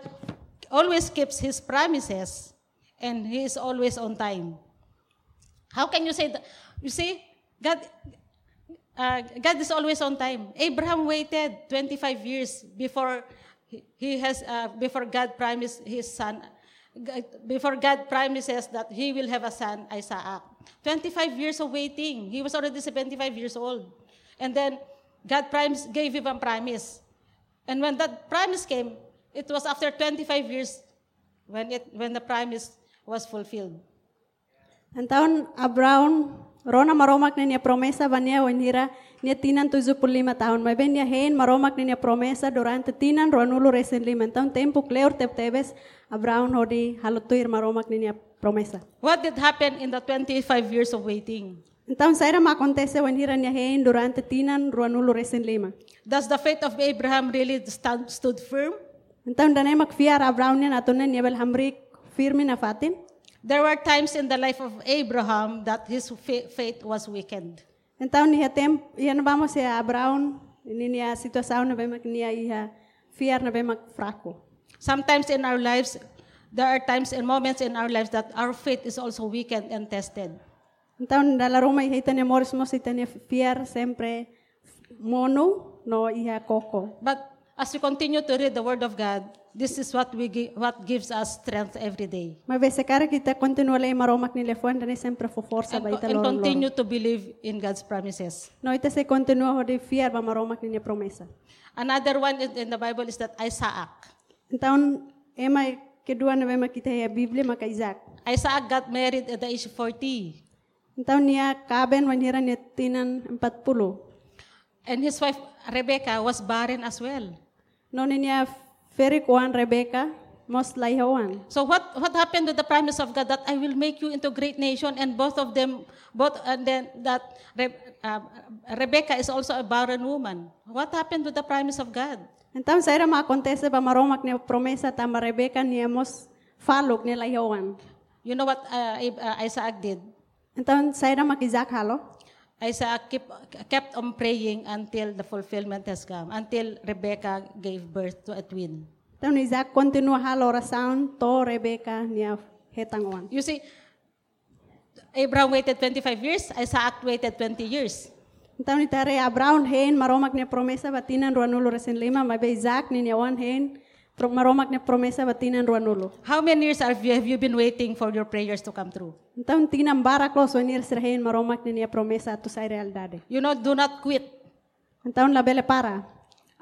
Speaker 1: always keeps His promises, and He is always on time. How can you say that? You see, God, uh, God is always on time. Abraham waited 25 years before he- he has uh, before God promised his son. God- Before God promises that he will have a son, Isaac. 25 years of waiting. He was already 75 years old. And then God promise, gave him a promise. And when that promise came, it was after 25 years when, it, when the promise was fulfilled.
Speaker 2: Então, Abraão, Rona maromak na niya promesa ba niya wanira niya tinan 75 taon. May ben niya hen maromak na niya promesa durante tinan ronulo resen lima. Então, tempo kleur tebtebes Abraão hodi halutuir maromak na niya promesa.
Speaker 1: What did happen in the 25 years of waiting?
Speaker 2: Então, saira makontese wanira niya hen durante tinan ronulo resen lima.
Speaker 1: Does the faith of Abraham really stand, stood firm?
Speaker 2: Então, danay makfiar Abraão niya natunan niya bel hamrik firme na fatin.
Speaker 1: There were times in the life of Abraham that his fa- faith was weakened.
Speaker 2: Então, niya tempo, iyan vamos a Abraão, niya situação na bemak niya iha fiar na bemak fraco.
Speaker 1: Sometimes in our lives, there are times and moments in our lives that our faith is also weakened and tested.
Speaker 2: Então, da la Roma hija itania mores mos itania fiar sempre mono no hija coco.
Speaker 1: But as we continue to read the Word of God, this is what we gi- what gives us strength every day,
Speaker 2: Mas vese cara que ita continua le maroma que ni le fuan dani sempre fo força
Speaker 1: and,
Speaker 2: ba
Speaker 1: co-
Speaker 2: ita
Speaker 1: and
Speaker 2: loro loro.
Speaker 1: continue to believe in God's promises.
Speaker 2: No ita se continua hodi fiar ba maroma que ni promesa.
Speaker 1: Another one in, in the Bible is that Isaac.
Speaker 2: Então, ema kedua na bema kita ya Biblia maka Isaac.
Speaker 1: Isaac got married at the age of 40,
Speaker 2: Então, nia kaben wanira ni tinan 40.
Speaker 1: and his wife Rebecca was barren as well.
Speaker 2: No nia ferik wan Rebecca mos laihawan.
Speaker 1: So what, what happened with the promise of God that I will make you into great nation and both of them both and then that Re, uh, Rebecca is also a barren woman. What happened with the promise of God?
Speaker 2: Então, se era uma acontece para Maromak, né, promessa tamba Rebeca, niemos falok nila Yohan.
Speaker 1: You know what uh, Ab- uh, Isaac did?
Speaker 2: Então, se era makizak halo.
Speaker 1: Isaac keep, kept on praying until the fulfillment has come, until Rebecca gave birth to a twin.
Speaker 2: Então, Isaac continua a oração, to Rebeca, nia retangon.
Speaker 1: You see, Abraham waited 25 years, Isaac waited 20 years.
Speaker 2: Então, itare Abraão hen, maromak nia promessa batinan ruanulo resen lima, mabe Isaac ni nia wan hen, tro- maromak nia promessa batinan ruanulo.
Speaker 1: How many years have you, have you been waiting for your prayers to come true?
Speaker 2: Então, tinambara close onir ser hen, maromak nia nia promessa tu sai realidade.
Speaker 1: You know, do not quit
Speaker 2: Então, labele para.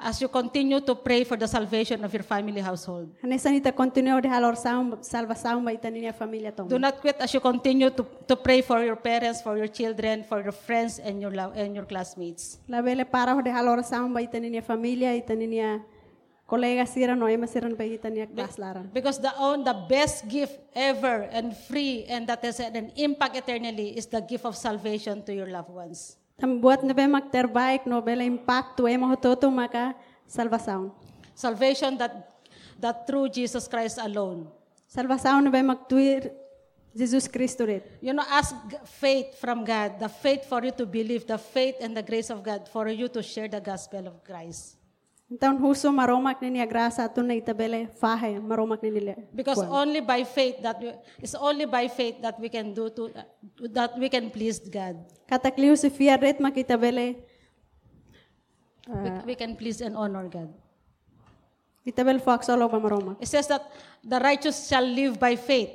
Speaker 1: as you continue to pray for the salvation of your family household.
Speaker 2: Hanesanita continua de a oração, salvação baita nia família tom.
Speaker 1: Do not quit as you continue to, to pray for your parents, for your children, for your friends, and your, lo- and your classmates.
Speaker 2: Labele para ho de a oração baita nia família, ita nia colega sira noema sira baita nia class laran.
Speaker 1: Because the own the best gift ever and free and that has had an impact eternally is the gift of salvation to your loved ones.
Speaker 2: Ang buhat na ba magterbaik no bela impacto ay mahototo maka salvasaon.
Speaker 1: Salvation that that through Jesus Christ alone.
Speaker 2: Salvasaon na ba magtuir Jesus Kristo rin.
Speaker 1: You know, ask g- faith from God, the faith for you to believe, the faith and the grace of God for you to share the gospel of Christ.
Speaker 2: Então huso maromak na niya grasa ato na itabele fahe maromak na nila.
Speaker 1: Because only by faith that we, it's only by faith that we can do to uh, that we can please God.
Speaker 2: Katakliw si Fia rin makitabele
Speaker 1: we, we can please and honor God.
Speaker 2: itabele fox all over maromak.
Speaker 1: It says that the righteous shall live by faith.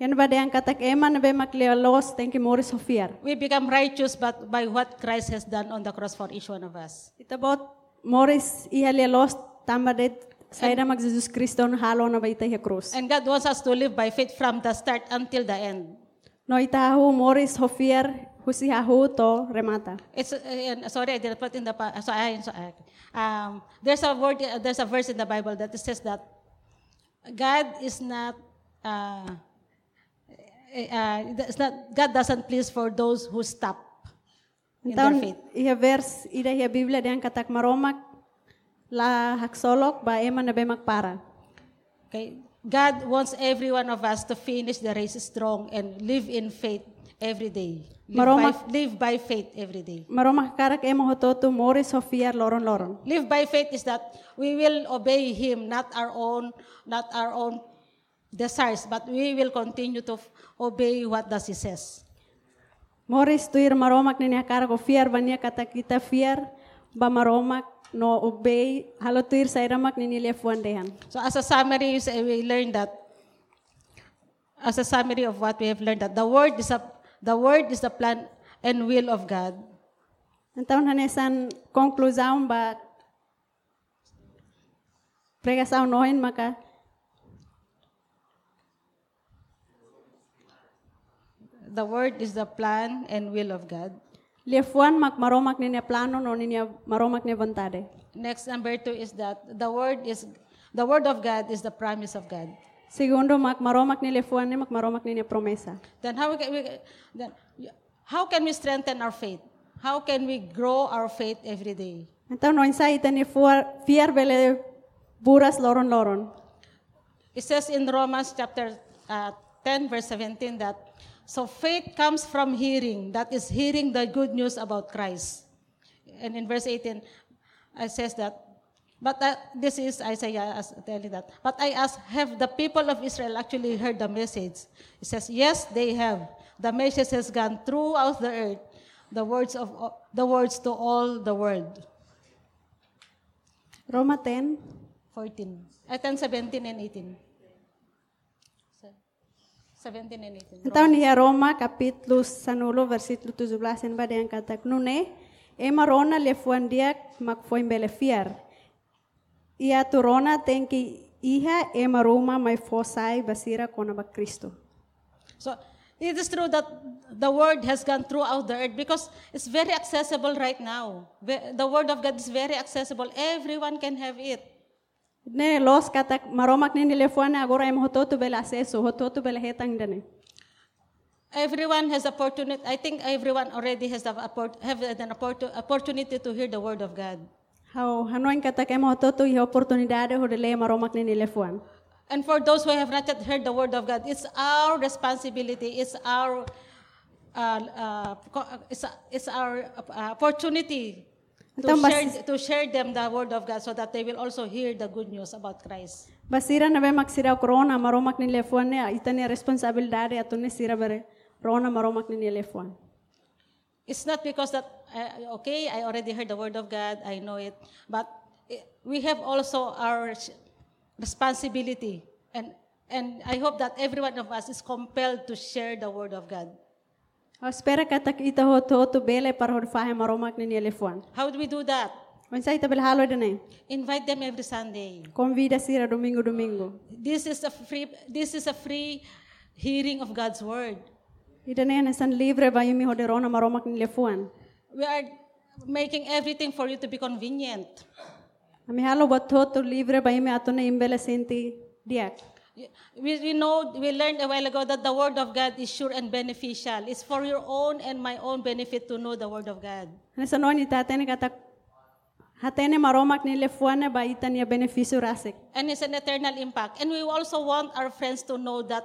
Speaker 2: Yan ba dayang katak ema na ba maklialos thank you Morris Hofiar.
Speaker 1: We become righteous but by what Christ has done on the cross for each one of us.
Speaker 2: Itabot Morris ihalialos tamba rin sayra mag Jesus Kristo na halo na ba itay krus.
Speaker 1: And God wants us to live by faith from the start until the end.
Speaker 2: No itahu Morris Hofier husihahu to remata.
Speaker 1: It's uh, and- sorry I didn't put in the pa- so I so I- um, there's a word uh, there's a verse in the Bible that says that God is not uh, uh, it's not God doesn't please for those who stop in
Speaker 2: Então,
Speaker 1: their faith.
Speaker 2: ia iya, vers ida ia Biblia dan katak maromak la haksolok ba ema na bemak para.
Speaker 1: Okay? God wants every one of us to finish the race strong and live in faith every day. Live, by,
Speaker 2: Maroma-
Speaker 1: live by faith every day.
Speaker 2: Maromak karak ema hototu Morris Hofier loron loron.
Speaker 1: Live by faith is that we will obey him, not our own, not our own desires, but we will continue to f- obey what does he says.
Speaker 2: Morris tuir maromak ni niya karak Hofier ba niya katak kita fier ba maromak no obey halo tuir sayra mak ni nilia fuandehan.
Speaker 1: So as a summary, you say we learned that as a summary of what we have learned that the word is a, the word is the plan and will of God.
Speaker 2: Então hanesan conclusão ba pregação noen maka
Speaker 1: The word is the plan and will of God.
Speaker 2: Liefuan mak maromak ni niya plano no ni niya maromak ni bantade.
Speaker 1: Next number two is that the word is the word of God is the promise of God.
Speaker 2: Segundo mak maromak ni liefuan ni mak maromak ni niya promesa.
Speaker 1: Then how can we then how can we strengthen our faith? How can we grow our faith every day?
Speaker 2: Então no insa ita ni fuar fiar bele buras loron loron.
Speaker 1: It says in Romans chapter uh, 10 verse 17 that so faith comes from hearing, that is hearing the good news about Christ. And in verse 18 it says that but uh, this is Isaiah as telling that. But I ask, have the people of Israel actually heard the message? It says, yes, they have. The message has gone throughout the earth, the words of the words to all the world.
Speaker 2: Roma 10
Speaker 1: 14. Uh, 10, 17, and 18. Se- 17 and 18.
Speaker 2: Então niya Roma kapitlo sanulo versículo 17 en bade ang katak nune e marona liefuan diak mak fuan bele fiar. Ia turona tenki iha e maroma mai fosai basira kona ba Kristo.
Speaker 1: So it is true that the word has gone throughout the earth because it's very accessible right now. Ve- The word of God is very accessible. Everyone can have it.
Speaker 2: Ne los katak maromak ni telefone agora em hototo bela acesso, hototo bela hetang dane.
Speaker 1: Everyone has opportunity. I think everyone already has the oppor- have an oppor- opportunity to hear the word of God.
Speaker 2: Hau hanoin katak em hototo i oportunidade ho de le maromak ni telefone.
Speaker 1: And for those who have not yet heard the word of God, it's our responsibility, it's our, uh, uh, co- uh, it's, it's our uh, opportunity to
Speaker 2: Então, mas-
Speaker 1: share, to share them the word of God so that they will also hear the good news about Christ.
Speaker 2: Basira na be magsira corona maromak ni lefuan ne itani responsabilidade atun ne sira bere corona maromak ni lefuan.
Speaker 1: It's not because that, uh, okay, I already heard the word of God, I know it, but i- we have also our sh- responsibility. And, and I hope that every one of us is compelled to share the word of God.
Speaker 2: Au spera katak ita hot hot bele par hor fahe maromak ni lefuan.
Speaker 1: How do we do that?
Speaker 2: Mensa ita bel halo dene.
Speaker 1: Invite them every Sunday.
Speaker 2: Convida sira domingo domingo.
Speaker 1: This is a free, this is a free hearing of God's word.
Speaker 2: Ita ne ne san livre ba yumi hode rona maromak ni lefuan.
Speaker 1: We are making everything for you to be convenient.
Speaker 2: Ami halo bat hot livre ba yumi atun ne imbele senti diak.
Speaker 1: We, we know, we learned a while ago that the Word of God is sure and beneficial. It's for your own and my own benefit to know the Word of God.
Speaker 2: Ane sanoni tatene katak hatene maromak ni lefuan ne ba itani beneficio rasek.
Speaker 1: And it's an eternal impact. And we also want our friends to know that,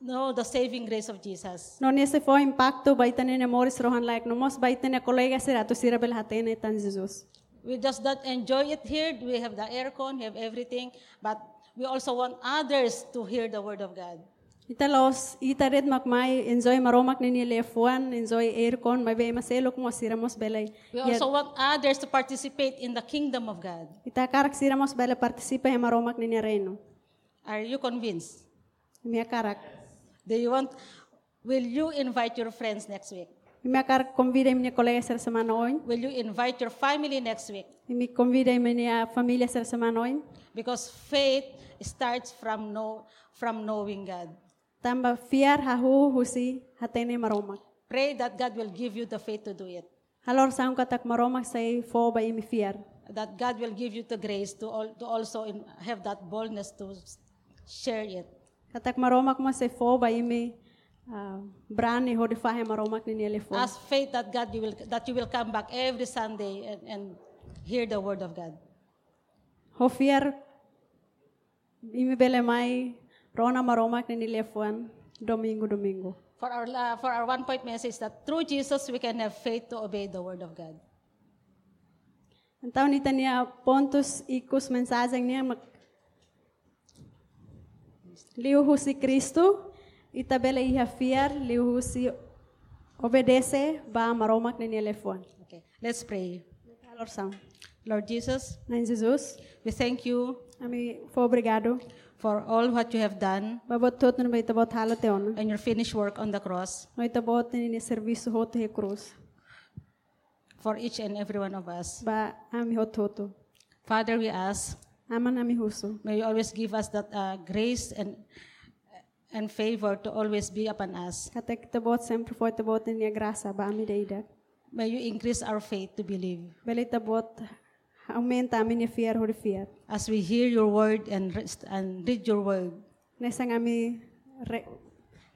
Speaker 1: know the saving grace of Jesus.
Speaker 2: Non ese fue impacto baitane ne moris rohan like no mos baitane kolega sira tu sira bel hatene tan Jesus.
Speaker 1: We just don't enjoy it here. We have the aircon, we have everything. But we also want others to hear the Word of God.
Speaker 2: Ita los ita red makmai enjoy maromak ni ni lefuan enjoy aircon mai be maselo kung sira mos belay.
Speaker 1: We also want others to participate in the kingdom of God.
Speaker 2: Ita karak sira mos bela participa he maromak ni ni reino.
Speaker 1: Are you convinced?
Speaker 2: Mia karak.
Speaker 1: Do you want, will you invite your friends next week?
Speaker 2: Mia karak convida mi kolega sira semana oin.
Speaker 1: Will you invite your family next week?
Speaker 2: Mi convida mi ni familia sira semana oin.
Speaker 1: Because faith starts from know, from knowing God.
Speaker 2: Tamba fiar hahu husi hatene maromak.
Speaker 1: Pray that God will give you the faith to do it.
Speaker 2: Halor saung katak maromak say fo ba imi fiar.
Speaker 1: That God will give you the grace to, al- to also in- have that boldness to s- share it.
Speaker 2: Katak maromak mo se fo ba imi ah, brani ho defa he maromak ni nele fo.
Speaker 1: Ask faith that God you will that you will come back every Sunday and, and hear the word of God.
Speaker 2: Ho fiar imi bele mai rona maromak ni nele foan domingo domingo.
Speaker 1: For our la for our one point message that through Jesus we can have faith to obey the word of God.
Speaker 2: Então ni tania pontos e ikus mensagem ni mak liu husi Cristo ita bele iha fiar liu husi obedece ba maromak ni nele foan.
Speaker 1: Okay, let's pray.
Speaker 2: Alor são.
Speaker 1: Lord Jesus,
Speaker 2: Em Jesus,
Speaker 1: we thank you
Speaker 2: ami fo obrigado.
Speaker 1: for all what you have done
Speaker 2: Babot tot na baita bot halo te ona.
Speaker 1: and your finished work on the cross
Speaker 2: Noita bot ni ni serviço hot he cruz.
Speaker 1: for each and every one of us.
Speaker 2: Ba ami hot hoto.
Speaker 1: Father, we ask,
Speaker 2: Aman ami huso.
Speaker 1: may you always give us that uh, grace and and favor to always be upon us.
Speaker 2: Kata kita bot sempre foi te bot ni a graça ba ami deida.
Speaker 1: May you increase our faith to believe
Speaker 2: Belita bot aumenta ami ni fiar hori fiar.
Speaker 1: as we hear your word and rest, and read your word.
Speaker 2: Nesang ami re,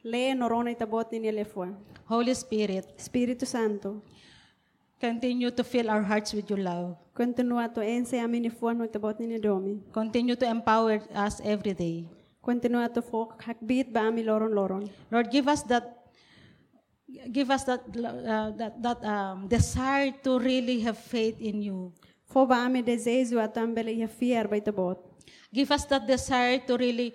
Speaker 2: le norona ita bot ni ni lefua.
Speaker 1: Holy Spirit,
Speaker 2: Espírito Santo,
Speaker 1: continue to fill our hearts with your love.
Speaker 2: continua to ense ami ni fua no ita bot ni ni domi.
Speaker 1: Continue to empower us every day.
Speaker 2: Continua to fo hakbit ba ami loron loron.
Speaker 1: Lord, give us that give us that uh, that, that um, desire to really have faith in you.
Speaker 2: Fo ba ami desejo atam bele ia fiar ba ita bot.
Speaker 1: Give us that desire to really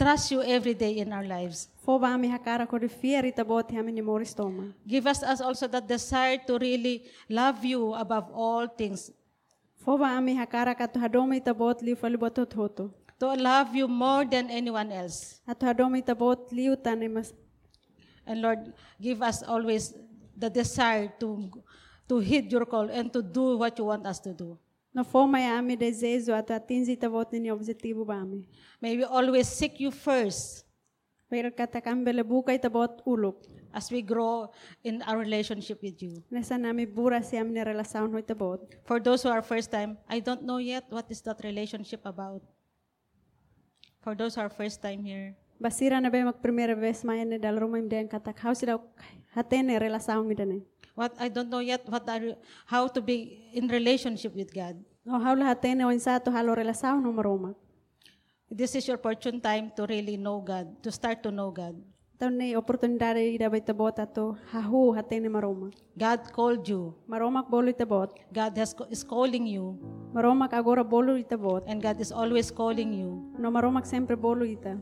Speaker 1: trust you every day in our lives.
Speaker 2: Fo ba ami hakara ko de fiar ita bot ia mini mori stoma.
Speaker 1: Give us, us also that desire to really love you above all things,
Speaker 2: Fo ba ami hakara ka tu hadoma ita bot li fali boto toto.
Speaker 1: to love you more than anyone else.
Speaker 2: Atu hadoma ita bot li utane mas
Speaker 1: And Lord, give us always the desire to to heed your call and to do what you want us to do.
Speaker 2: no forma ia ami desejo atu atingi ita bot ni objetivo ba ami.
Speaker 1: May we always seek you first
Speaker 2: Pero katakam bele buka ita bot uluk.
Speaker 1: as we grow in our relationship with you.
Speaker 2: Nesa nami bura si ami ni relasaun ho ita bot.
Speaker 1: For those who are first time, I don't know yet what is that relationship about. For those who are first time here,
Speaker 2: Basira na be mak primera vez maya ni dal rumah imdean katak hausi daw hatene relasaun midane.
Speaker 1: what I don't know yet what are how to be in relationship with God.
Speaker 2: No haula hatene oinsa tu halo relasaun no maroma.
Speaker 1: This is your opportune time to really know God, to start to know God.
Speaker 2: Tone oportunidade ida baita bota to hahu hatene maroma.
Speaker 1: God called you.
Speaker 2: Maromak bolo ita bot.
Speaker 1: God has, is calling you.
Speaker 2: Maromak agora bolo ita bot.
Speaker 1: And God is always calling you
Speaker 2: No maromak sempre bolo ita.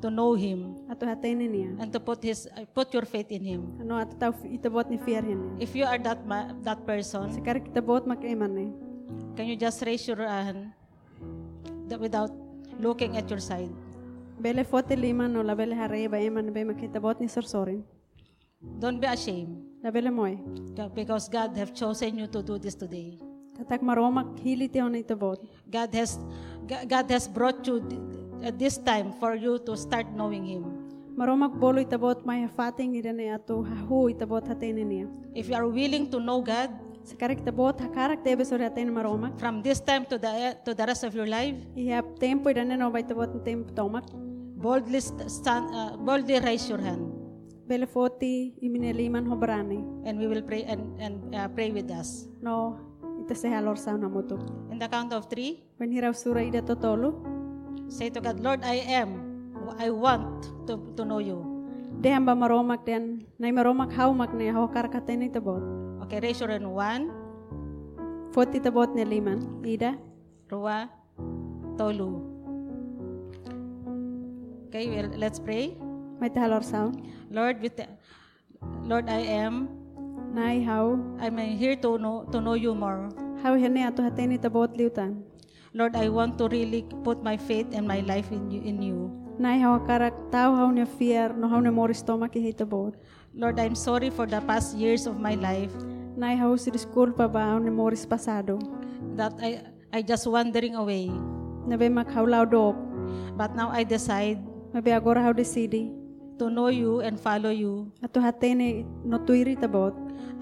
Speaker 1: to know Him
Speaker 2: Ato hatene niya.
Speaker 1: and to put, his, uh, put your faith in Him.
Speaker 2: Ano ato tau ita bot ni fear niya.
Speaker 1: If you are that, ma- that person,
Speaker 2: Sekar kita bot mak eman ni.
Speaker 1: can you just raise your hand that without looking at your side?
Speaker 2: Bele fote lima no la bele hare ba eman e be mak ita bot ni sorsorin.
Speaker 1: Don't be ashamed
Speaker 2: La bele moy.
Speaker 1: God- because God have chosen you to do this today.
Speaker 2: Tatak maromak hili te on ita bot.
Speaker 1: God has, Ga- God has brought you th- at this time for you to start knowing Him.
Speaker 2: Maromak bolo ita bot may hafating ida ni ato hahu ita bot hatene niya.
Speaker 1: If you are willing to know God
Speaker 2: Sekar kita bot hakarak tebe sori hatene maromak.
Speaker 1: from this time to the, to the rest of your life,
Speaker 2: E a tempo irá não vai ter botado tempo toma.
Speaker 1: boldly, st- stand, uh, boldly raise your hand
Speaker 2: Bele foti e mineliman hobrani.
Speaker 1: and we will pray and, and uh, pray with us.
Speaker 2: No, ita se halor sa na moto.
Speaker 1: In the count of three,
Speaker 2: Benhira sura ida totolo.
Speaker 1: say to God, Lord, I am, I want to, to know you.
Speaker 2: De hamba maromak den. Nai maromak hau mak ne hau kar katene tabot.
Speaker 1: Okay, raise your hand. One,
Speaker 2: Foti tabot ne liman. Ida.
Speaker 1: Rua, Tolu. Okay, well, let's pray.
Speaker 2: Mai te halor sa.
Speaker 1: Lord, with the, Lord, I am.
Speaker 2: Nai hau.
Speaker 1: I'm here to know to know you more.
Speaker 2: Hau hene ato hatene tabot liutan.
Speaker 1: Lord, I want to really put my faith and my life in you. In you.
Speaker 2: Nai hau karak tau hau ne fier no hau ne moris toma ki hei tabot.
Speaker 1: Lord, I'm sorry for the past years of my life
Speaker 2: Nai hau si disculpa ba hau ne moris pasado.
Speaker 1: that I I just wandering away.
Speaker 2: Nabe mak hau lau dok.
Speaker 1: But now I decide
Speaker 2: Mabe agora hau decidi.
Speaker 1: to know you and follow you.
Speaker 2: Ato hatene no tuiri tabot.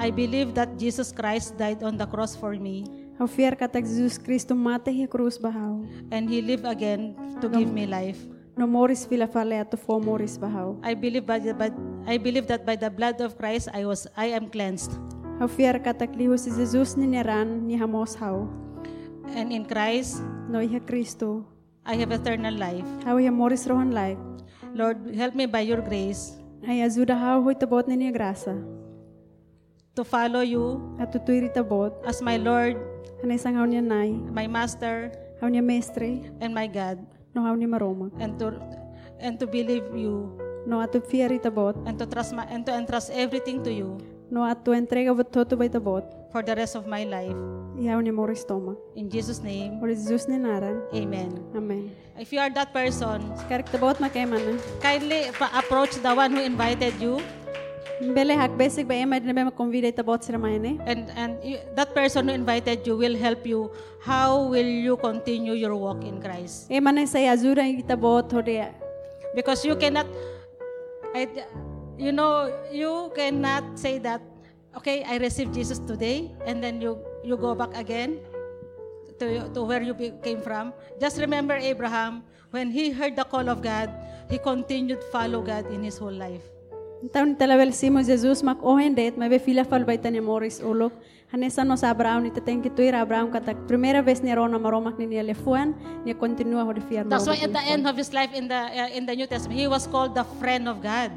Speaker 1: I believe that Jesus Christ died on the cross for me
Speaker 2: Hau fiar katak Jesus Kristo mate hi krus bahau.
Speaker 1: and he lived again to give me life.
Speaker 2: No moris fila fale ato fo moris bahau.
Speaker 1: I believe by the by, I believe that by the blood of Christ I was I am cleansed
Speaker 2: Hau fiar katak lihu si Jesus ni neran ni hamos hau.
Speaker 1: and in Christ
Speaker 2: No iha Kristo.
Speaker 1: I have eternal life.
Speaker 2: Hau iha moris rohan lai.
Speaker 1: Lord, help me by your grace
Speaker 2: Hai ajuda hau hui tabot ni ni grasa.
Speaker 1: to follow you
Speaker 2: Ato tuiri tabot.
Speaker 1: as my Lord,
Speaker 2: Hanai sang hau ni nai.
Speaker 1: my Master,
Speaker 2: Hau ni mestre.
Speaker 1: and my God,
Speaker 2: No hau ni maroma.
Speaker 1: and to and to believe you
Speaker 2: No ato fiar tabot.
Speaker 1: and to trust my, and to entrust everything to you
Speaker 2: No ato entrega vatoto bai tabot.
Speaker 1: for the rest of my life.
Speaker 2: Iha hau ni moris toma.
Speaker 1: In Jesus' name,
Speaker 2: Ori Jesus ni naran.
Speaker 1: Amen.
Speaker 2: Amen.
Speaker 1: If you are that person,
Speaker 2: Karak tabot makemana.
Speaker 1: kindly pa- approach the one who invited you,
Speaker 2: Bele hak basic ba ema dinabe ma convida ita bot sira maene.
Speaker 1: and and you, that person who invited you will help you. How will you continue your walk in Christ?
Speaker 2: Ema ne sai azura ita bot hore.
Speaker 1: because you cannot I, you know you cannot say that okay i received jesus today and then you you go back again to, to where you be- came from just remember abraham when he heard the call of god he continued follow god in his whole life
Speaker 2: Então nita label simo Jesus mak ohendet ma be fila fal baita ne moris ulo. Hanesa nos Abraham nita ten ki tuira Abraham katak primeira vez ne rona maromak ni ne fuan ne e continua hore fiar ma.
Speaker 1: that's why at the end of his life in the uh, in the new testament he was called the friend of god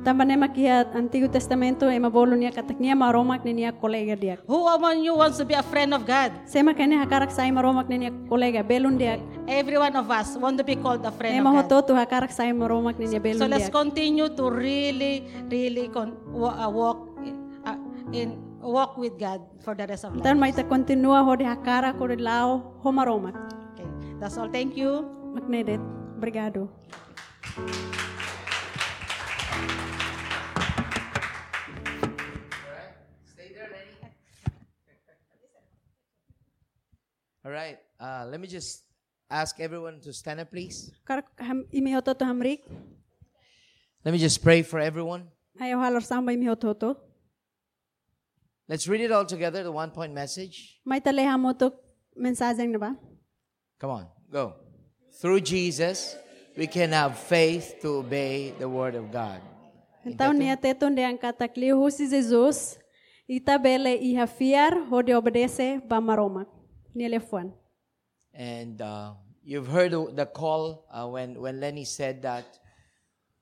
Speaker 2: Tamba ne makia Antigo Testamento ema bolu nia katak nia maromak ne nia kolega diak.
Speaker 1: who among you wants to be a friend of god
Speaker 2: Sema kene hakarak sai maromak ne nia kolega belun diak.
Speaker 1: every one of us want to be called a friend
Speaker 2: Ema
Speaker 1: of god
Speaker 2: hototu hakarak sai maromak ne nia
Speaker 1: So
Speaker 2: belun
Speaker 1: let's
Speaker 2: diak.
Speaker 1: continue to really, really con- wa- uh, walk in- uh, in walk with God for the rest of life.
Speaker 2: Então mai ta continua hore hakara hore lao homa romak.
Speaker 1: Okay, that's all. Thank you.
Speaker 2: Magnedet. Obrigado.
Speaker 3: All right. Uh, let me just ask everyone to stand up, please.
Speaker 2: Kar ham imi hototo hamrik.
Speaker 3: Let me just pray for everyone.
Speaker 2: Ai o halor samba imi hototo.
Speaker 3: Let's read it all together, the one point message.
Speaker 2: Mai ta le hamoto mensagem ba.
Speaker 3: Come on, go. Through Jesus, we can have faith to obey the word of God.
Speaker 2: Então nia teton de angkata klio husi Jesus. Ita bele i hafiar hode obedece ba maromak. Nia le fuan.
Speaker 3: And uh, you've heard the the call uh, when, when Lenny said that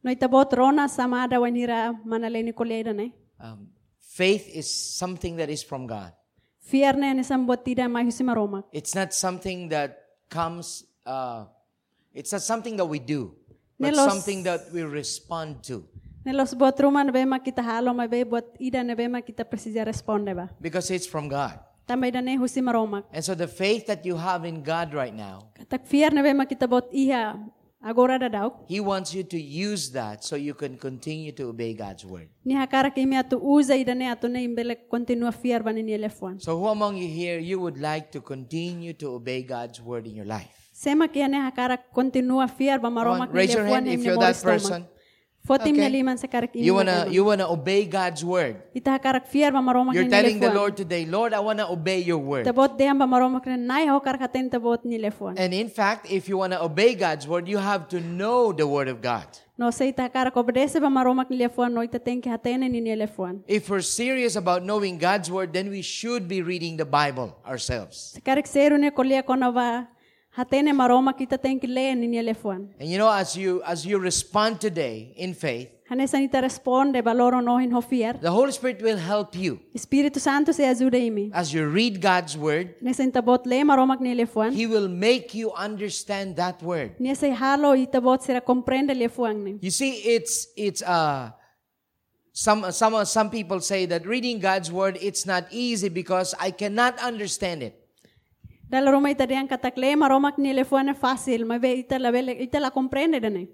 Speaker 2: Noitabot rona samada wanira manaleni koledane.
Speaker 3: Um, faith is something that is from God.
Speaker 2: Fierne ne sambotida mahusima roma.
Speaker 3: It's not something that comes, uh, it's not something that we do, but
Speaker 2: Nelos-
Speaker 3: something that we respond to.
Speaker 2: Nelos bot roma nebe makita halo mabe bot ida nebe makita presija responde ba.
Speaker 3: because it's from God.
Speaker 2: Tambay dane husima roma.
Speaker 3: And so the faith that you have in God right now,
Speaker 2: Tak fier nebe makita bot iha agora dadauk.
Speaker 3: He wants you to use that so you can continue to obey God's word.
Speaker 2: Ni hakara kimi atu uza ida ne atu ne imbele continua fier bani ni elefuan.
Speaker 3: So, who among you here you would like to continue to obey God's word in your life?
Speaker 2: Sema kia ne hakara continua fier ba
Speaker 3: Come
Speaker 2: maroma
Speaker 3: on, raise your hand if you're that person.
Speaker 2: Fotim ne
Speaker 3: Okay.
Speaker 2: liman se karak
Speaker 3: You wanna
Speaker 2: imbele.
Speaker 3: you wanna obey God's word.
Speaker 2: Ita hakarak fier ba maroma
Speaker 3: You're
Speaker 2: ni
Speaker 3: telling the
Speaker 2: elefuan.
Speaker 3: Lord today, Lord, I wanna obey your word.
Speaker 2: Tabot deyam ba maromak na nai hokar katen tabot ni lefuan.
Speaker 3: And in fact, if you wanna obey God's word, you have to know the word of God.
Speaker 2: No sei takara kobdese ba maromak ni lefuan no itaten ki hatene ni ni lefuan.
Speaker 3: If we're serious about knowing God's word, then we should be reading the Bible ourselves.
Speaker 2: Sekarik seru ne kolia kona ba hatene maromak itaten ki le ni ni lefuan.
Speaker 3: And you know, as you as you respond today in faith,
Speaker 2: Hanesan ita responde ba loro nohin hofiar.
Speaker 3: the Holy Spirit will help you.
Speaker 2: Espiritu Santo se ajuda imi.
Speaker 3: As you read God's word,
Speaker 2: Nesan tabot le maromak ni lefuan.
Speaker 3: He will make you understand that word.
Speaker 2: Ni sei halo itabot sira comprende lefuan ni.
Speaker 3: You see, it's it's uh some some some people say that reading God's word it's not easy because I cannot understand it.
Speaker 2: Dala roma ita deyang katak le maromak ni lefuan fasil. Ma be ita la bele ita la comprende dane.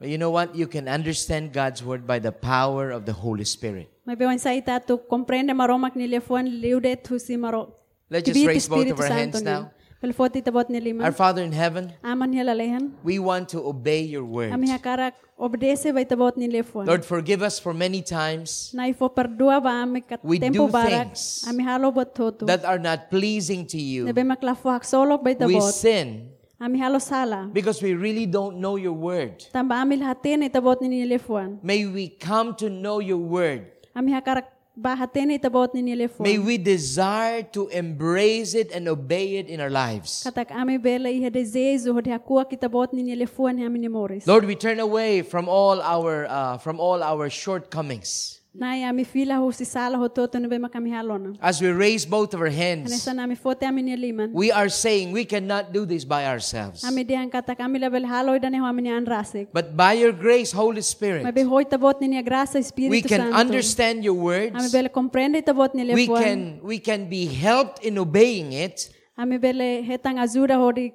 Speaker 3: But you know what? You can understand God's word by the power of the Holy Spirit.
Speaker 2: May bewan sa ita tu comprende maromak ni lefuan liudet husi maro.
Speaker 3: Let's just
Speaker 2: Tibit
Speaker 3: raise both
Speaker 2: Espiritu
Speaker 3: of our
Speaker 2: Santo
Speaker 3: hands
Speaker 2: niya.
Speaker 3: now.
Speaker 2: Palfot itabot ni lima.
Speaker 3: Our Father in heaven,
Speaker 2: Aman niya lalehan.
Speaker 3: we want to obey your word.
Speaker 2: Ami hakarak obdese ba itabot ni lefuan.
Speaker 3: Lord, forgive us for many times
Speaker 2: Na ifo perdua ba ami kat
Speaker 3: We
Speaker 2: tempo
Speaker 3: do
Speaker 2: barak.
Speaker 3: things
Speaker 2: Ami halo bot hotu.
Speaker 3: that are not pleasing to you.
Speaker 2: Nebe maklafo hak solok ba
Speaker 3: We
Speaker 2: itabot.
Speaker 3: sin
Speaker 2: Ami halo sala.
Speaker 3: because we really don't know your word.
Speaker 2: Tamba ami haten itabot ni lefuan.
Speaker 3: May we come to know your word.
Speaker 2: Ami hakarak ba haten itabot ni
Speaker 3: May
Speaker 2: lefuan.
Speaker 3: we desire to embrace it and obey it in our lives.
Speaker 2: Katak ami bela ihe desejo hodi hakua kitabot ni lefuan ami ni moris.
Speaker 3: Lord, we turn away from all our uh, from all our shortcomings.
Speaker 2: Nay ami fila husi sala hototo nebe makami halona.
Speaker 3: As we raise both of our hands,
Speaker 2: Anessa nami fote ami niliman.
Speaker 3: we are saying we cannot do this by ourselves.
Speaker 2: Ami diang kata kami label halo idane ho ami ni anrasik.
Speaker 3: But by your grace, Holy
Speaker 2: Mabe
Speaker 3: Spirit,
Speaker 2: hoy tabot ni niya grasa Espiritu
Speaker 3: we can
Speaker 2: Santo.
Speaker 3: understand your
Speaker 2: Ami
Speaker 3: words.
Speaker 2: bele comprende tabot ni
Speaker 3: We
Speaker 2: lefuan.
Speaker 3: can we can be helped in obeying it
Speaker 2: Ami bele hetang azuda hodi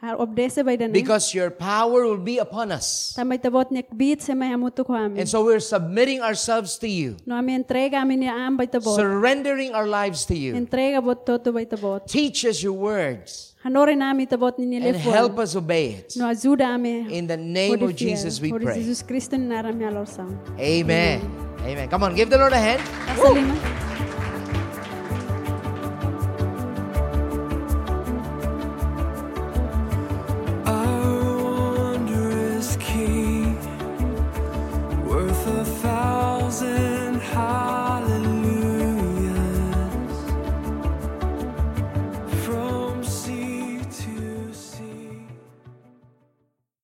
Speaker 2: har obdese ba idane.
Speaker 3: because your power will be upon us.
Speaker 2: Tambay tabot ni bit se may amutu ko ami.
Speaker 3: And so we're submitting ourselves to you,
Speaker 2: No ami entrega ami ni ambay tabot.
Speaker 3: surrendering our lives to you.
Speaker 2: Entrega bot toto bay tabot.
Speaker 3: Teach us your words
Speaker 2: Hanore nami tabot ni
Speaker 3: and
Speaker 2: lefuan.
Speaker 3: help us obey it.
Speaker 2: No azuda ami.
Speaker 3: In the name of Jesus, we
Speaker 2: Hodi
Speaker 3: pray.
Speaker 2: Jesus Kristo ni naram halor sam.
Speaker 3: Amen. Amen. Come on, give the Lord a hand.
Speaker 2: Kasalima.